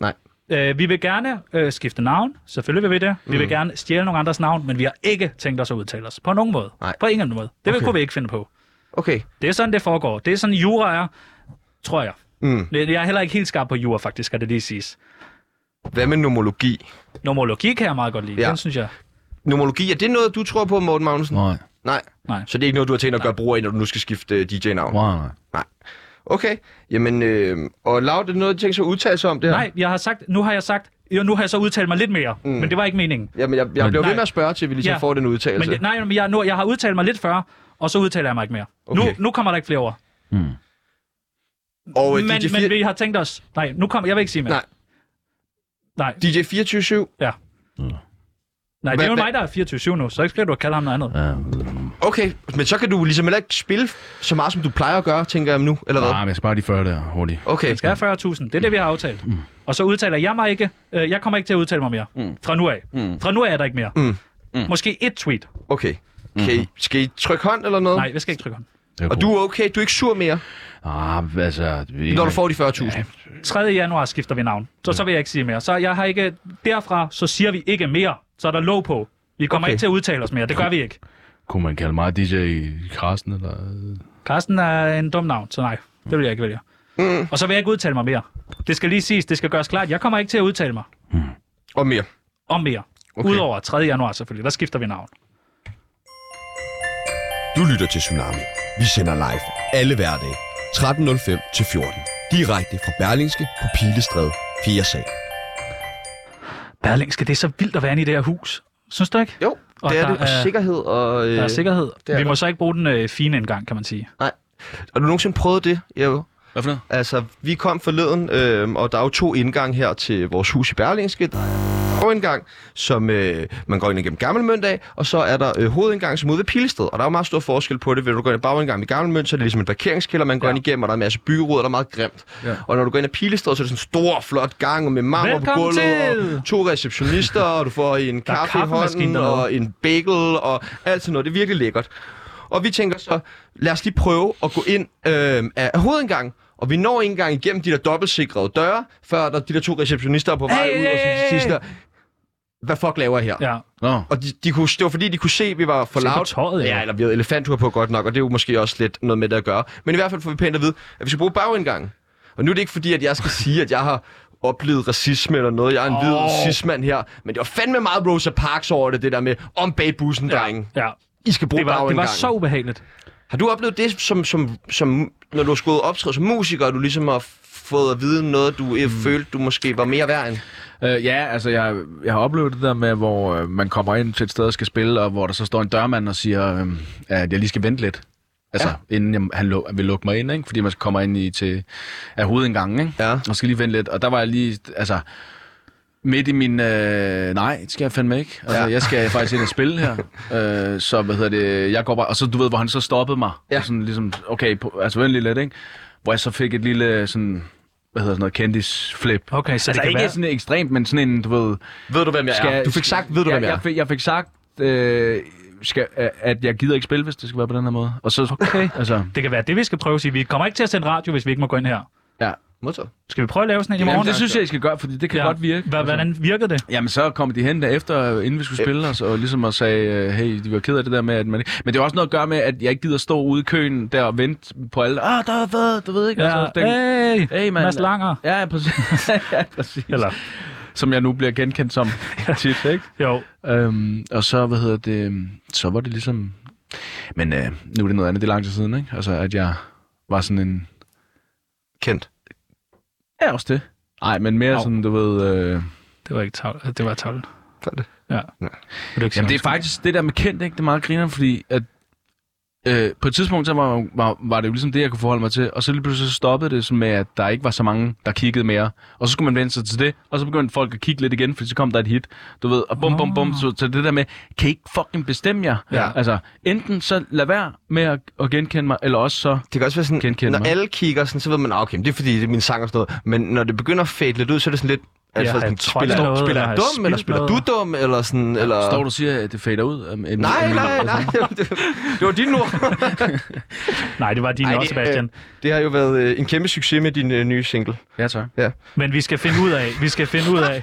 B: Nej.
C: Øh, vi vil gerne øh, skifte navn. Selvfølgelig vil vi det. Vi
B: Mhm.
C: vil gerne stjæle nogle andres navn, men vi har ikke tænkt os at udtale os. På nogen måde. Nej. På ingen måde. Det okay. kunne vi ikke finde på.
B: Okay.
C: Det er sådan, det foregår. Det er sådan, jura er, tror jeg.
B: Mm.
C: Jeg jeg er heller ikke helt skarp på jura, faktisk, skal det lige siges.
B: Hvad med nomologi?
C: Nomologi kan jeg meget godt lide.
B: Ja.
C: Ja. Den synes jeg.
B: Nomologi, er det noget, du tror på, Morten Magnussen?
E: Nej.
B: Nej.
C: Nej.
B: Så det er ikke noget, du har tænkt at gøre brug af, når du nu skal skifte øh, DJ-navn?
E: Nej, nej.
B: Nej. Okay, jamen, øh, og Lav, er det noget, du tænker sig at udtale sig om det her?
C: Nej, jeg har sagt, nu har jeg sagt, jo, nu har jeg så udtalt mig lidt mere, mm. men det var ikke meningen.
B: Jamen, jeg, jeg
C: Men-
B: bliver ved
C: Nej.
B: med at spørge til, at vi ligesom ja. får den udtalelse.
C: Men, jeg- nej, men jeg, nu, jeg har udtalt mig lidt før, og så udtaler jeg mig ikke mere. Okay. Nu, nu kommer der ikke flere ord.
B: Og, øh,
C: men,
B: DJ4
C: men vi har tænkt os... Nej, nu kommer... Jeg vil ikke sige mere.
B: Nej.
C: Nej.
B: DJ 24-7?
C: Ja. Nej, det er jo
B: Hvad-
C: mig, der er 24-7 nu, så ikke skal du kalde ham noget andet.
E: Ja.
B: Okay, men så kan du ligesom heller ikke spille så meget, som du plejer at gøre, tænker jeg nu, eller hvad?
E: Nej, men jeg sparer de 40 der hurtigt.
B: Okay.
C: skal have 40.000. Det er det, vi har aftalt. Mm. Og så udtaler jeg mig ikke. Øh, jeg kommer ikke til at udtale mig mere.
B: Hmm.
C: Mm. Fra nu af. Mm. Fra nu af er der ikke mere.
B: Mm.
C: Mm. Måske et tweet.
B: Okay. Kan I, skal I trykke hånd eller noget?
C: Nej, vi skal ikke trykke hånd.
B: Og du er okay? Du er ikke sur mere,
E: Ah, altså... Vi...
B: når du får de 40.000?
C: 3. januar skifter vi navn. Så, så vil jeg ikke sige mere. Så jeg har ikke... Derfra, så siger vi ikke mere. Så er der låg på. Vi kommer
E: Okay.
C: ikke til at udtale os mere. Det gør vi ikke.
E: Kunne man kalde mig DJ Karsten, eller...
C: Carsten er en dum navn, så nej. Det vil jeg ikke vælge. Mm. Og så vil jeg ikke udtale mig mere. Det skal lige siges, det skal gøres klart. Jeg kommer ikke til at udtale mig
E: Mm.
B: Og mere.
C: om mere. Okay. Udover 3. januar selvfølgelig. Der skifter vi navn.
A: Du lytter til Tsunami. Vi sender live alle hverdage 13.05 til 14. Direkte fra Berlingske på Pilestræde 4. sal.
C: Berlingske, det er så vildt at være inde i det her hus. Synes du ikke?
B: Jo,
C: Og
B: det er
C: der
B: det. Og
C: er-
B: sikkerhed og... Øh,
C: Der er sikkerhed.
B: det er
C: vi må
B: der.
C: så ikke bruge den øh, fine engang, kan man sige.
B: Nej. Har du nogensinde prøvet det, Jo?
E: Hvad for noget?
B: Altså, vi kom forleden, øh, og der er jo to indgange her til vores hus i Berlingske. Der er en indgang, som øh, man går ind igennem Gammelmønt af, og så er der øh, hovedindgang, som er ude ved Pilested. Og der er jo meget stor forskel på det. Hvis du går ind i bagindgangen i Gammelmønt, så er det ligesom en parkeringskælder, man går ja. ind igennem, og der er en masse byggeruder, der er meget grimt. Ja. Og når du går ind i Pilested, så er det sådan en stor, flot gang med marmor på
C: Velkommen
B: gulvet,
C: til!
B: og to receptionister, og du får en
C: Der er
B: kaffe i
C: kaffemaskine
B: hånden,
C: dernede.
B: og en bagel, og alt sådan noget. Det er virkelig lækkert. Og vi tænker så, lad os lige prøve at gå ind øh, af hovedindgangen, og vi når ikke engang igennem de der dobbeltsikrede døre, før der de der to receptionister er på vej
C: Hey,
B: ud, og
C: hey,
B: så
C: hey.
B: sidst der, hvad fuck laver jeg her?
C: Ja.
E: Nå.
B: Og de, de kunne, det var fordi, de kunne se, at vi var for
C: Se på
B: loud.
C: tøjet, ja.
B: ja. eller vi havde elefanthuer på godt nok, og det er jo måske også lidt noget med det at gøre. Men i hvert fald får vi pænt at vide, at vi skal bruge bagindgangen. Og nu er det ikke fordi, at jeg skal sige, at jeg har oplevet racisme eller noget. Jeg er en oh.
C: Åh.
B: hvid cismand her. Men det var fandme meget Rosa Parks over det, det der med om bag bussen, drenge.
C: Ja.
B: I skal bruge
C: Det var, det var
B: bagindgangen.
C: så ubehageligt.
B: Har du oplevet det, som, som, som, når du har skulle optræde som musiker, og du ligesom har fået at vide noget, du mm. følte, du måske var mere værd end?
E: Øh, ja, altså jeg, jeg har oplevet det der med, hvor øh, man kommer ind til et sted og skal spille, og hvor der så står en dørmand og siger, øh, at jeg lige skal vente lidt. Altså, ja. inden jeg, han luk, vil lukke mig ind, ikke? fordi man kommer ind i til af hovedindgangen, ikke?
B: Ja.
E: og skal lige vente lidt. Og der var jeg lige, altså, Midt i min... Øh, nej, det skal jeg fandme ikke. Altså, ja. Jeg skal faktisk ind og spille her. øh, så hvad hedder det... Jeg går bare... Og så du ved, hvor han så stoppede mig. Ja. Og sådan ligesom... Okay, på, altså vent lige lidt, ikke? Hvor jeg så fik et lille sådan... Hvad hedder sådan noget? Kendis flip.
C: Okay, så
E: altså,
C: det kan
E: ikke
C: være-
E: sådan ekstremt, men sådan en, du ved...
B: Ved du, hvem jeg er? Du fik sagt, ved du,
E: ja,
B: hvem jeg er?
E: Jeg fik, jeg fik sagt, øh, skal, at jeg gider ikke spille, hvis det skal være på den her måde. Og så... Okay. altså,
C: Det kan være det, vi skal prøve at sige. Vi kommer ikke til at sende radio, hvis vi ikke må gå ind her.
E: Ja,
B: modtaget.
C: Skal vi prøve at lave sådan en i morgen?
E: Jamen, det synes jeg, I skal gøre, fordi det kan
C: Ja.
E: ja. godt virke.
C: Hva- hvordan virkede det?
E: Jamen, så kom de hen derefter, inden vi skulle spille os, og ligesom og sagde, øh, hey, de var ked af det der med, at man ikke... Men det har også noget at gøre med, at jeg ikke gider stå ude i køen der og vente på alle. Ah, der er hvad, du ved ikke. altså,
C: Ja, hey,
E: hey man.
C: Mads Langer.
E: Ja, præcis. ja, præcis.
C: Eller...
E: Som jeg nu bliver genkendt som tit, ikke?
C: Jo.
E: Øhm, og så, hvad hedder det, øhm, så var det ligesom... Men øh, nu er det noget andet, det er lang tid siden, ikke? Altså, at jeg var sådan en...
B: Kendt.
E: Ja, også det. Nej, men mere
C: Au.
E: sådan, du ved... Øh...
C: Det var ikke tavl. Det var tavl.
B: Var det?
C: Ja. ja.
E: Det er Jamen, det er faktisk det der med kendt, ikke? Det er meget griner, fordi at, øh, på et tidspunkt så var, var, var det jo ligesom det, jeg kunne forholde mig til, og så lige pludselig så stoppede det sådan med, at der ikke var så mange, der kiggede mere. Og så skulle man vende sig til det, og så begyndte folk at kigge lidt igen, fordi så kom der et hit, du ved, og bum, bum, bum. Så, så det der med, kan I ikke fucking bestemme jer?
B: Ah. Ja.
E: Altså, enten så lad være med at, at genkende mig, eller også så
B: det kan også være sådan,
E: genkende
B: Når
E: mig.
B: alle kigger, sådan, så ved man, ah, okay, men det er fordi, det er min sang og sådan noget. Men når det begynder at fade lidt ud, så er det sådan lidt...
E: Ja,
B: Altså,
E: har
B: sådan,
E: jeg trådt
B: spiller,
E: noget,
B: spiller
E: eller
B: jeg
E: har jeg
B: dum, eller
E: spildt
B: spiller du
E: noget?
B: dum, eller sådan... Eller...
E: Står du og siger, at det fader ud? Øhm, øhm,
B: Nej,
E: øhm,
B: nej,
E: øhm,
B: nej. Det, det var din ord.
C: Nej, det var din også, Sebastian.
B: Øh, det har jo været øh, en kæmpe succes med din øh, nye single.
E: Ja, tak.
B: Ja.
C: Men vi skal finde ud af, vi skal finde ud af...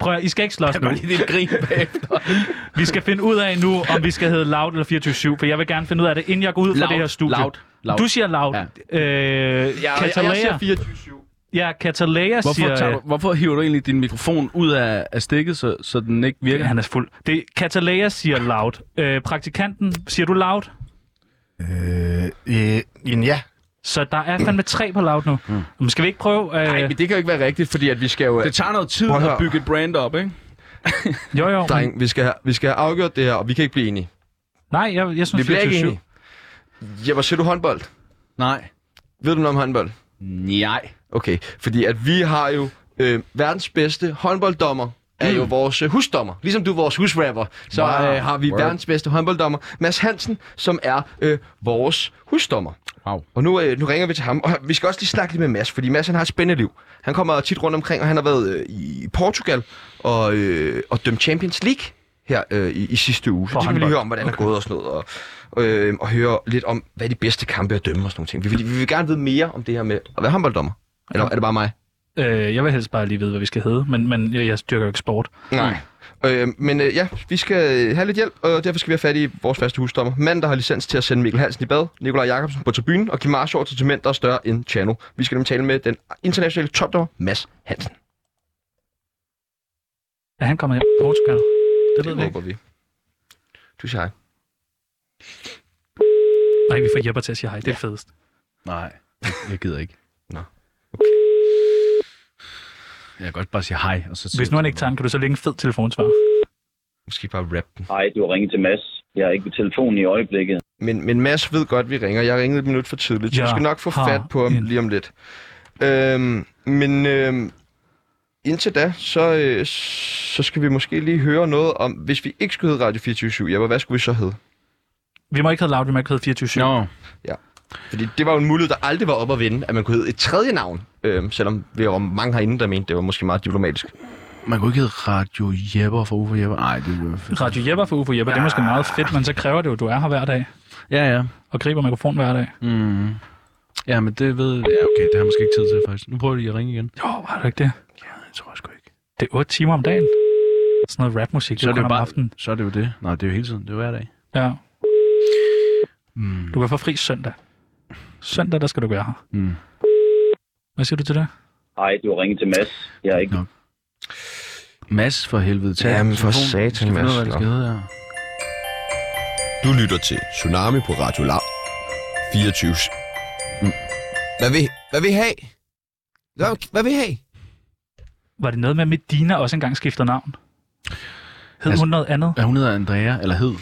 C: Prøv at, I skal ikke slås nu.
E: lidt grin bagefter.
C: Vi skal finde ud af nu, om vi skal hedde Loud eller 24-7, for jeg vil gerne finde ud af det, inden jeg går ud fra
E: Loud,
C: det her studie.
E: loud, loud.
C: Du siger Loud. Ja. Øh,
B: Ja, jeg, jeg
C: Catalea.
B: siger 24
C: Ja, Catalea
E: Hvorfor,
C: siger... øh,
E: tager du, hvorfor hiver du egentlig din mikrofon ud af, af stikket, så, så den ikke virker?
C: Han er fuld. Det, Catalea siger Loud. Øh, praktikanten, siger du Loud?
G: Øh, en ja.
C: Så der er fandme tre på Loud nu. Mm. Skal vi ikke prøve... Øh...
B: Hmm. Nej, men det kan jo ikke være rigtigt, fordi at vi skal jo...
E: Det tager noget tid
B: Prøv at
E: at
B: høre.
E: bygge et brand op, ikke?
C: Jo, jo.
B: Dreng, vi skal, have, vi skal have afgjort det her, og vi kan ikke blive enige.
C: Nej, jeg, jeg
B: Vi
C: synes
B: bliver ikke
C: 24-7.
B: enige. Ja, hvor ser du håndbold?
E: Nej.
B: Ved du noget om håndbold?
E: Nej.
B: Okay, fordi at vi har jo øh, verdens bedste håndbolddommer er jo vores øh, husdommer. Ligesom du er vores husrapper, så
E: Mm. Wow.
B: øh, har vi
E: Word.
B: verdens bedste håndbolddommer, Mads Hansen, som er øh, vores husdommer.
E: Wow.
B: Og nu, øh, nu ringer vi til ham, og vi skal også lige snakke lidt med Mads, fordi Mads han har et spændende liv. Han kommer tit rundt omkring, og han har været øh, i Portugal og, øh, og dømt Champions League her øh, i, i sidste uge. Så
C: For
B: det kan vi lige
C: håndbold.
B: høre om, hvordan det er gået og sådan noget, og, øh, og høre lidt om, hvad de bedste kampe er at dømme og sådan nogle ting. Vi vil, vi vil gerne vide mere om det her med at være håndbolddommer. Eller er det bare mig?
C: Øh, jeg vil helst bare lige vide, hvad vi skal hedde, men, men jeg, jeg styrker jo ikke sport.
B: Nej. Øh, men øh, ja, vi skal øh, have lidt hjælp, og derfor skal vi have fat i vores faste husdommer. Manden, der har licens til at sende Mikkel Hansen i bad, Nikolaj Jakobsen på tribunen, og Kim Marshall til mænd, der er større end Chano. Vi skal nemlig tale med den internationale topdommer, Mads Hansen.
C: Er han kommet hjem fra Portugal? Det ved vi ikke.
B: håber vi. Du siger hej.
C: Nej, vi får Jeppe til at sige hej. Det er fedest.
E: Nej, jeg- jeg gider ikke.
B: Nå.
E: Jeg kan godt bare sige hej, og så...
C: Hvis nu han ikke tager den, kan du så lægge en fed telefonsvar.
B: Måske bare rap den.
O: Hej, du har ringet til Mads. Jeg er ikke på telefonen i øjeblikket.
B: Men, men Mads ved godt, at vi ringer. Jeg ringede et minut for tidligt, så
C: Jeg
B: vi skal nok få
C: har
B: fat på ham
C: en-
B: lige om lidt. Øhm, men øhm, indtil da, så, øh, så skal vi måske lige høre noget om, hvis vi ikke skulle hedde Radio 24 Jeppe, hvad skulle vi så hedde?
C: Vi må ikke hedde Loud, vi må ikke hedde 24-7.
E: Nå.
B: Ja. Fordi det var jo en mulighed, der aldrig var op at vinde, at man kunne hedde et tredje navn. Øhm, selvom vi var mange herinde, der mente, det var måske meget diplomatisk.
E: Man kunne ikke hedde Radio Jepper for Ufo Jepper. Nej, det var fedt.
C: Radio Jeppe for Ufo Jeppe, ja. det er måske meget fedt, men så kræver det jo, at du er her hver dag
E: Ja, ja.
C: og griber mikrofonen hver dag.
E: Mm. Ja, men det ved... Ja, okay, det har jeg måske ikke tid til, faktisk. Nu prøver de at ringe igen.
C: Jo, var det ikke det?
E: Ja, jeg tror jeg sgu ikke.
C: Det er 8 timer om dagen. Sådan noget rapmusik,
E: Så er det
C: kun
E: jo
C: om
E: bare...
C: aftenen.
E: Så er det jo det. Nej, det er jo hele tiden. Det er Hmm. jo hver dag.
C: Ja. Du kan få fri søndag. Søndag, der skal du være her.
E: Mm.
C: Hvad siger du til det?
O: Hej, du har ringet til Mads. Jeg er ikke...
E: Mads for helvede. Tag
B: Jamen, for
E: telefonen.
B: satan,
E: Vi skal finde ud af,
B: Mads.
E: hvad det skal hedde, ja.
A: Du lytter til Tsunami på Radio Lav 24.
F: Hvad vil, hvad vil I have? Hvad, hvad vil I have?
C: Var det noget med, at Medina også engang skiftede navn? Hed altså,
E: Altså-
C: hun noget andet?
E: Ja, hun hedder Andrea, eller hed.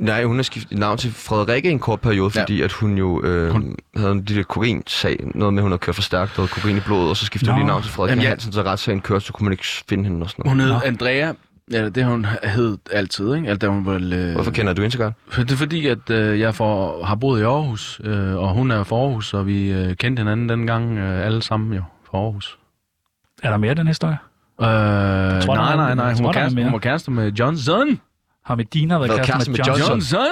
B: Nej, hun har skiftet navn til Frederikke i en kort periode, fordi ja. at hun jo øh, hun... havde en lille kokain-sag. Noget med, at hun havde kørt for stærkt og kokain i blodet, og så skiftede hun
E: Nå.
B: lige navn til Frederik
E: Jamen,
B: ja.
E: ja.
B: Hansen, så retssagen kørte, så kunne man ikke finde hende og sådan noget.
E: Hun hed Andrea. Ja, det har hun hed altid, ikke? Alt, da hun var, øh...
B: Hvorfor kender du hende så godt?
E: Det er fordi, at øh, jeg for, har boet i Aarhus, øh, og hun er fra Aarhus, og vi øh, kendte hinanden dengang øh, alle sammen jo fra Aarhus.
C: Er der mere i den historie?
E: Øh, tror,
C: der
E: nej,
C: er-
E: nej,
C: jeg
E: nej. Hun
C: tror,
E: var,
C: der er
E: kæreste,
C: mere.
E: hun var kæreste med Johnson.
C: Har Medina været kæreste kæreste med med Johnson? Johnson?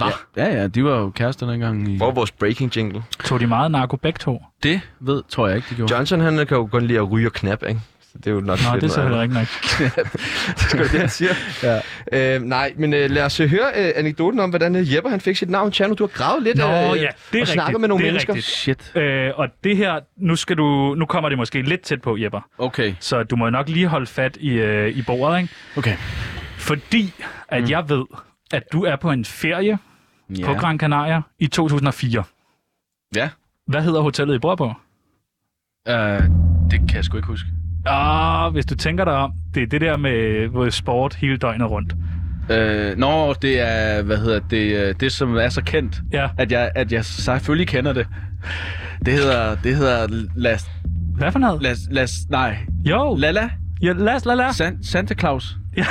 E: Johnson? Ja, ja, ja, de var jo kærester dengang. I... Hvor
B: var vores breaking jingle?
C: Tog de meget narko begge to?
E: Det ved, tror jeg ikke, de gjorde.
B: Johnson, han kan jo godt lide at ryge og knap, ikke? Så det er jo nok
C: Nå,
B: lidt
C: det er så
B: noget
C: heller ikke nok.
B: det er sgu da det, han siger. ja. øh, nej, men øh, lad os øh, høre øh, anekdoten om, hvordan øh, Jeppe han fik sit navn. Tjerno, du har gravet lidt
C: Nå,
B: øh,
C: ja, det er
B: og
C: rigtigt.
B: snakket med nogle
C: det er
B: mennesker.
C: Rigtigt. Shit. Øh, og det her, nu, skal du, nu kommer det måske lidt tæt på, Jepper.
E: Okay.
C: Så du må jo nok lige holde fat i, øh, i bordet, ikke?
E: Okay.
C: Fordi, at mm. jeg ved, at du er på en ferie
E: Ja.
C: yeah. på Gran Canaria i 2004.
E: Ja.
C: Hvad hedder hotellet, I bor på?
E: Øh, det kan jeg sgu ikke huske.
C: Ah, hvis du tænker dig om, det er det der med øh, sport hele døgnet rundt.
E: Øh, nå, det er, hvad hedder det, øh, det som er så kendt,
C: ja.
E: at, jeg, at jeg selvfølgelig kender det. Det hedder, det hedder, lad
C: Hvad for noget?
E: Lad, lad, nej.
C: Jo.
E: Lala?
C: Ja, Las Lala.
E: San, Santa Claus.
C: Ja.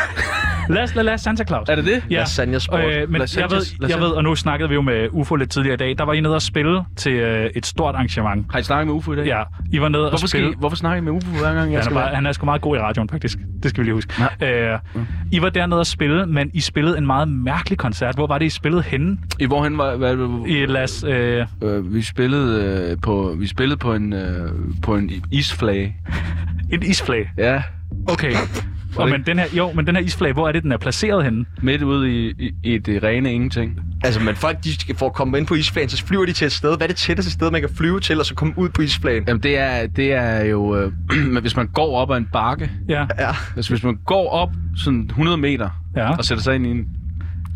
C: Las Lala Santa Claus.
E: Er det det?
C: Ja.
B: Lasagne sport.
C: Øh, men
B: Lasagne-
C: jeg ved, jeg
B: lasagne.
C: ved, og nu snakkede vi jo med UFO lidt tidligere i dag. Der var I nede og spille til øh, et stort arrangement.
E: Har I snakket med UFO i dag?
C: Ja, I var nede og
E: Hvorfor, skal
C: spille.
E: I, hvorfor snakker I med UFO hver gang, jeg
C: Han er,
E: skal
C: bare,
E: være?
C: han er sgu meget god i radioen, faktisk. Det skal vi lige huske. Øh, I var dernede og spille, men I spillede en meget mærkelig koncert. Hvor var det, I spillede henne?
E: I hvorhen var... Hvad, hvad,
C: I Las... Øh...
E: Øh, vi spillede øh, på vi spillede på en øh, på en isflage.
C: En isflage.
E: Ja.
C: Okay. Og, men den her, jo, men den her isflag, hvor er det, den er placeret henne?
E: Midt ude i, i, i det rene ingenting.
B: Altså, men folk, de skal, for at komme ind på isflagen, så flyver de til et sted. Hvad er det tætteste sted, man kan flyve til, og så komme ud på isflagen?
E: Jamen, det er, det er jo... Øh, men hvis man går op ad en bakke...
C: Ja.
B: ja.
E: Altså, hvis man går op sådan 100 meter
C: Ja.
E: og sætter sig ind i en,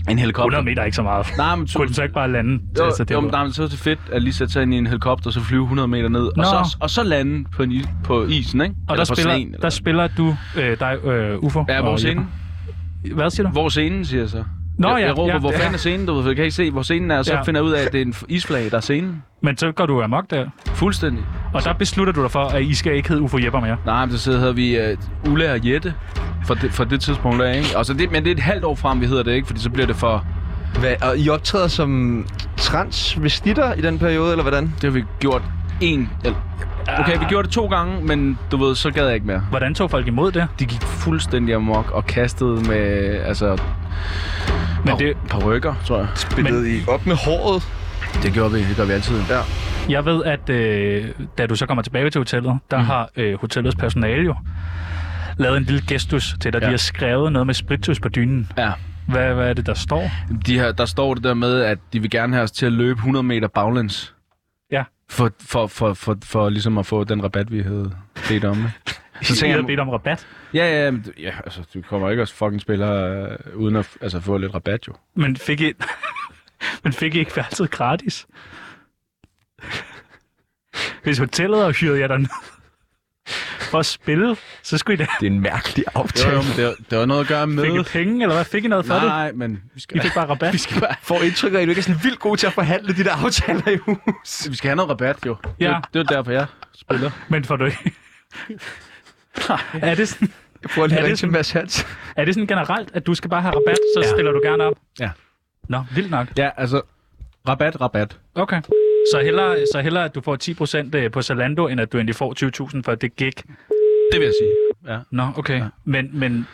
E: en helikopter...
C: 100 meter er ikke så meget.
E: Nej, men...
C: Kunne den så ikke bare lande?
E: Jo,
C: så det
E: jo,
C: var-
E: men, nej, men så er det fedt at lige sætte sig ind i en helikopter og så flyve 100 meter ned, og så, og så lande på, en, is- på isen, ikke?
C: Og der
E: på
C: spiller,
E: sneen,
C: der spiller du, øh, dig, øh, Ufo.
E: Ja,
C: og
E: hvor er
C: Jeppe.
E: scenen?
C: Hvad siger du?
E: Hvor er scenen, siger jeg så.
C: Nå,
E: jeg,
C: ja,
E: jeg råber,
C: ja,
E: hvor
C: ja.
E: fanden er scenen, du ved, kan I se, hvor scenen er, og så
C: Ja.
E: ja. finder jeg ud af, at det er en f- isflag, der er scenen.
C: Men så går du amok der.
E: Fuldstændig.
C: Og der beslutter du dig for, at I skal ikke hedde Ufo Jepper mere.
E: Nej, men så hedder vi uh, Ulla og Jette fra det, fra det tidspunkt der, ikke? Og så det, men det er et halvt år frem, vi hedder det, ikke? Fordi så bliver det for...
B: Hvad, og I optræder som transvestitter i den periode, eller hvordan?
E: Det har vi gjort en... Okay, vi gjorde det to gange, men du ved, så gad jeg ikke mere.
C: Hvordan tog folk imod det?
E: De gik fuldstændig amok og kastede med, altså...
C: Men det...
E: Parrykker, tror jeg.
B: Spillede Men... I op med håret?
E: Det gjorde vi, det gør vi altid.
B: Ja.
C: Jeg ved, at øh, da du så kommer tilbage til hotellet, der mm. har øh, hotellets personale jo lavet en lille gestus til dig. Ja. De har skrevet noget med spritus på dynen.
E: Ja.
C: Hvad, hvad er det, der står?
E: De her, der står det der med, at de vil gerne have os til at løbe 100 meter baglæns.
C: Ja.
E: For, for, for, for, for ligesom at få den rabat, vi havde bedt om.
C: Så tænker jeg bedt om rabat.
E: Ja, ja, men, du- ja, altså, du kommer ikke også fucking spiller øh, uden at altså, få lidt rabat, jo.
C: Men fik I, men fik I ikke værelset gratis? Hvis hotellet havde hyret jer derned for at spille, så skulle I da...
B: Det er en mærkelig
E: Jo, jo, men det, det var noget at gøre med...
C: Fik I penge, eller hvad? Fik I noget for
E: Nej,
C: det?
E: Nej, men vi skal,
C: I fik bare rabat.
E: vi skal, bare,
B: Får indtryk af, at du ikke er sådan vildt god til at forhandle de der aftaler i hus.
E: vi skal have noget rabat, jo.
C: Ja.
E: Det, det var derfor, jeg spiller.
C: Men får du ikke... er det sådan...
B: Jeg prøver lige
C: Er
B: at
C: det
B: ringe til
C: sådan-
B: Mads Hans.
C: Er det sådan generelt, at du skal bare have rabat, så ja. stiller du gerne op?
E: Ja.
C: Nå, vildt nok.
E: Ja, altså, rabat, rabat.
C: Okay. Så hellere, så hellere at du får 10% på Zalando, end at du egentlig får 20.000 for det gig.
E: Det vil jeg sige. Ja.
C: Nå, okay. Ja. Men, men, men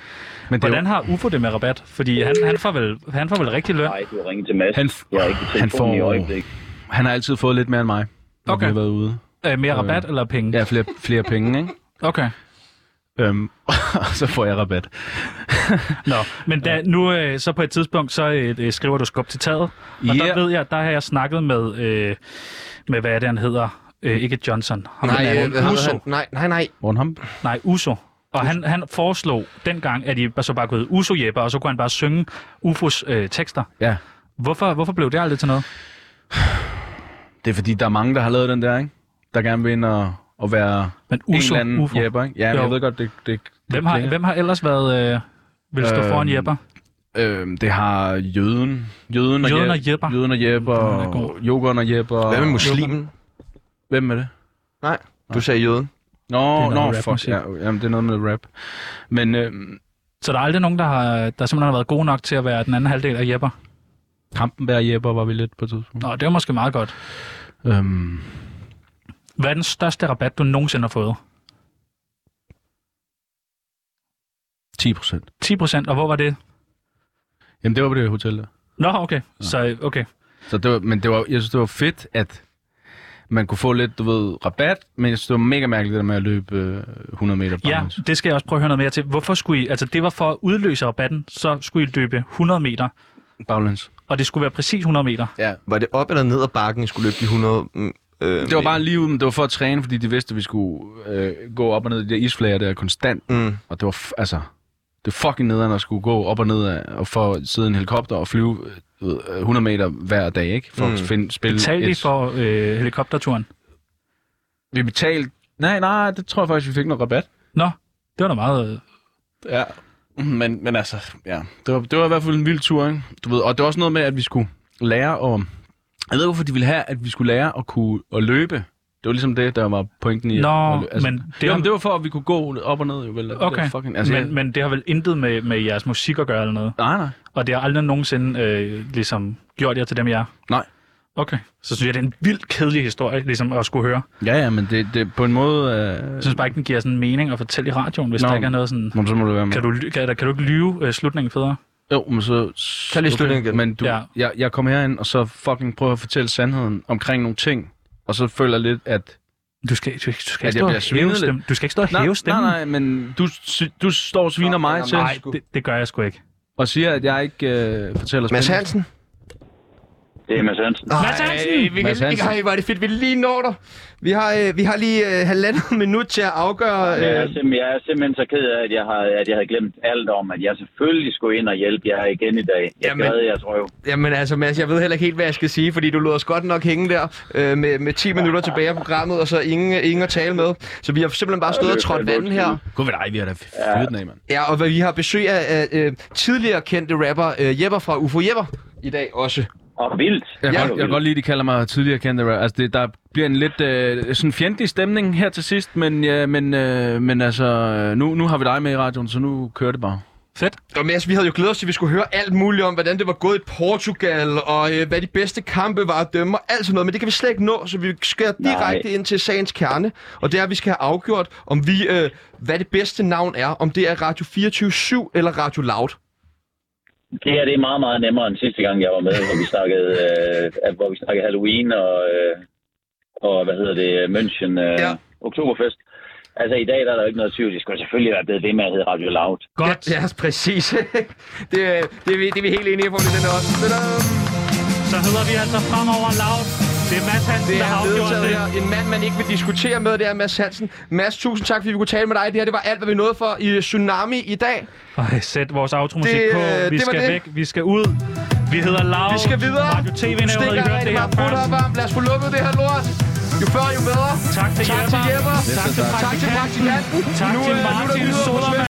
E: Men det er
C: hvordan
E: jo-
C: har UFO det med rabat? Fordi han, han, får, vel, han får vel rigtig løn?
O: Nej, du har ringet til Mads.
E: Han,
O: Jeg har ikke på
E: han
O: telefonen i
E: får...
O: øjeblikket.
E: Han har altid fået lidt mere end mig, når
C: Okay.
E: vi har været ude.
C: Øh, mere
E: Øh,
C: rabat eller penge?
E: Ja, flere, flere penge, ikke?
C: Okay.
E: Øhm, og så får jeg rabat.
C: Nå, men da, nu øh, så på et tidspunkt, så øh, øh, skriver du skub til taget. Og
E: Ja.
C: der ved jeg, der har jeg snakket med, øh, med hvad er det, han hedder? Øh, ikke Johnson. Ham
B: Nej,
C: den anden.
B: øh, ham-
C: Uso.
B: han- nej, nej, nej.
E: Morten Ham?
C: Nej, Uso. Og han, han foreslog dengang, at I bare- så bare kunne hedde Uso Jeppe, og så kunne han bare synge Ufos øh, tekster.
E: Ja.
C: Hvorfor, hvorfor blev det aldrig til noget?
E: Det er fordi, der er mange, der har lavet den der, ikke? Der gerne vil ind og, og være
C: Men
E: en
C: Uso,
E: eller anden
C: Ufo.
E: jæber, ikke? Ja, men
C: Jo.
E: jeg ved godt, det... det, det
C: Hvem har,
E: klinger.
C: hvem har ellers været øh, vil stå
E: Øhm,
C: foran Jeppe?
E: Øhm, det har jøden. Jøden og,
C: Jøden
E: Jep-
C: og Jepper.
E: Jøden og Jepper.
C: Den er god.
E: Jokeren og Jepper.
B: Hvad med muslimen?
E: Hvem er det?
B: Nej, du sagde jøden.
C: Det er
E: Nå, nå,
C: noget
E: fuck.
C: rapmusik.
E: Ja, jamen, det er noget med rap. Men øhm,
C: Så der er aldrig nogen, der, har, der simpelthen har været gode nok til at være den anden halvdel af Jepper.
E: Kampenberg og Jepper var vi lidt på et tidspunkt.
C: Nå, det var måske meget godt.
E: Øhm,
C: Hvad er den største rabat, du nogensinde har fået?
E: 10 procent.
C: 10 procent, og hvor var det?
E: Jamen, det var på det hotel der.
C: Nå, okay. Så, okay.
E: Så det var, men det var, jeg synes, det var fedt, at man kunne få lidt, du ved, rabat, men jeg synes, det var mega mærkeligt, det der med at løbe øh, 100 meter
C: Ja,
E: barnes.
C: det skal jeg også prøve at høre noget mere til. Hvorfor skulle I, altså det var for at udløse rabatten, så skulle I løbe 100 meter.
E: Baglæns.
C: Og det skulle være præcis 100 meter.
E: Ja.
B: Var det op eller ned ad bakken, I skulle løbe de 100... mm, Øh,
E: Det var bare lige ud, Øhm, men det var for at træne, fordi de vidste, at vi skulle øh, gå op og ned i de der isflager der konstant.
B: Mm.
E: Og det var, f- altså, det var fucking nederen at skulle gå op og ned af, og for at sidde i en helikopter og flyve øh, du ved, øh, 100 meter hver dag, ikke? For mm. at finde, spille
C: Betalte I
E: et-
C: for øh, helikopterturen?
E: Vi betalte... Nej, nej, det tror jeg faktisk, vi fik noget rabat.
C: Nå, det var da meget... Øh...
E: Ja, men, men altså, ja. Det var, det var i hvert fald en vild tur, ikke? Du ved, og det var også noget med, at vi skulle lære at... Jeg ved ikke, hvorfor de ville have, at vi skulle lære at kunne at løbe. Det var ligesom det, der var pointen i...
C: Nå,
E: at, altså,
C: men det
E: det, jo,
C: har-
E: men det var for, at vi kunne gå op og ned, jo vel? Det
C: Okay,
E: var fucking, altså,
C: men,
E: men, jeg,
C: men det har vel intet med, med jeres musik at gøre eller noget?
E: Nej, nej.
C: Og det har aldrig nogensinde øh, ligesom gjort jer til dem, jeg er?
E: Nej.
C: Okay, så synes jeg, det er en vildt kedelig historie ligesom at skulle høre.
E: Ja, ja, men det, det på en måde... Øh,
C: Jeg synes bare ikke, den giver sådan mening at fortælle i radioen, hvis
E: Nå,
C: Nå, der ikke er noget sådan...
E: men så må du være med.
C: Kan du, ly- kan, kan du ikke lyve øh, slutningen federe?
E: Jo, men så...
C: Tag lige slutningen igen.
E: Men du,
C: Ja.
E: ja. jeg, jeg kom herind, og så fucking prøver at fortælle sandheden omkring nogle ting. Og så føler jeg lidt, at...
C: Du skal, du, du
E: at
C: skal ikke
E: jeg
C: stå og
E: bliver
C: hæve
E: svinet
C: stemmen.
E: lidt.
C: Du skal ikke stå og
E: Nej,
C: hæve stemmen.
E: Nej, nej, men du, sy- du står og sviner mig til.
C: Nej, det, det gør jeg sgu ikke.
E: Og siger, at jeg ikke øh, fortæller
B: Mads
E: spændende.
B: Hansen?
O: Det er Mads Hansen.
B: Mads Hansen! Ej, vi
E: Mads
B: kan,
E: Hansen.
B: Ej, hvor er det fedt, vi lige når dig. Vi har, øh, vi har lige øh, halvandet minut til at afgøre...
O: Jeg er,
B: Øh,
O: simpelthen, jeg er simpelthen så ked af, at jeg, har, at jeg havde glemt alt om, at jeg selvfølgelig skulle ind og hjælpe jer igen i dag. Jeg
B: Jamen.
O: græd jeres røv.
B: jamen altså, Mads, jeg ved heller ikke helt, hvad jeg skal sige, fordi du lod os godt nok hænge der øh, med, med 10 minutter tilbage af programmet, og så ingen, ingen at tale med. Så vi har simpelthen bare stået og trådt vandet her.
E: Gud ved dig, vi har da fyret den af, mand.
B: Ja, og hvad vi har besøg af, af øh, tidligere kendte rapper øh, Jepper fra UFO Jepper i dag også.
O: Og vildt.
E: Jeg, ja, jeg kan godt lide, at de kalder mig tidligere kendte rapper. Altså, det, der bliver en lidt øh, sådan fjendtlig stemning her til sidst, men, ja, men, øh, men altså, øh, nu, nu har vi dig med i radioen, så nu kører det bare.
C: Fedt.
B: Og Mads, altså, vi havde jo glædet os til, at vi skulle høre alt muligt om, hvordan det var gået i Portugal, og øh, hvad de bedste kampe var at dømme, og alt sådan noget. Men det kan vi slet ikke nå, så vi skal direkte ind til sagens kerne. Og det er, at vi skal have afgjort, om vi, øh, hvad det bedste navn er. Om det er Radio 24 eller Radio Loud.
O: Det her det er meget, meget nemmere end sidste gang, jeg var med, hvor vi snakkede, øh, at- hvor vi snakkede Halloween og, øh, og hvad hedder det, München, øh, ja. Oktoberfest. Altså i dag der er der jo ikke noget tvivl. Det skulle selvfølgelig være blevet ved med at hedde Radio Loud.
C: Godt.
B: Ja, ja præcis. det, øh, det, er, det, er vi, det er vi helt enige på, det er den også. Tadam!
C: Så hedder vi altså fremover Loud. Det er Mads Hansen,
B: Det
C: der har
B: er
C: afgjort det.
B: vedtaget her. En mand, man ikke vil diskutere med, det er Mads Hansen. Mads, tusind tak, fordi vi kunne tale med dig. Det her det var alt, hvad vi nåede for i Tsunami i dag.
C: Ej, sæt vores automusik
B: Det, øh,
C: på. Vi
B: det var
C: skal
B: det.
C: væk, vi skal ud. Vi hedder Loud.
B: Vi skal videre.
C: Radio TV nævnet, I
B: Stikker
C: hørte det
B: rigtig
C: her
B: meget brudt
C: først.
B: op om. Lad os få lukket det her lort. Jo før, jo bedre.
C: Tak til
B: Tak til
C: Jepper.
B: Jepper.
C: Tak til
B: Tak til praktikanten.
C: Tak
B: Nu,
C: til
B: øh, nu er der
C: Martin
B: nyheder på
C: Sodermann.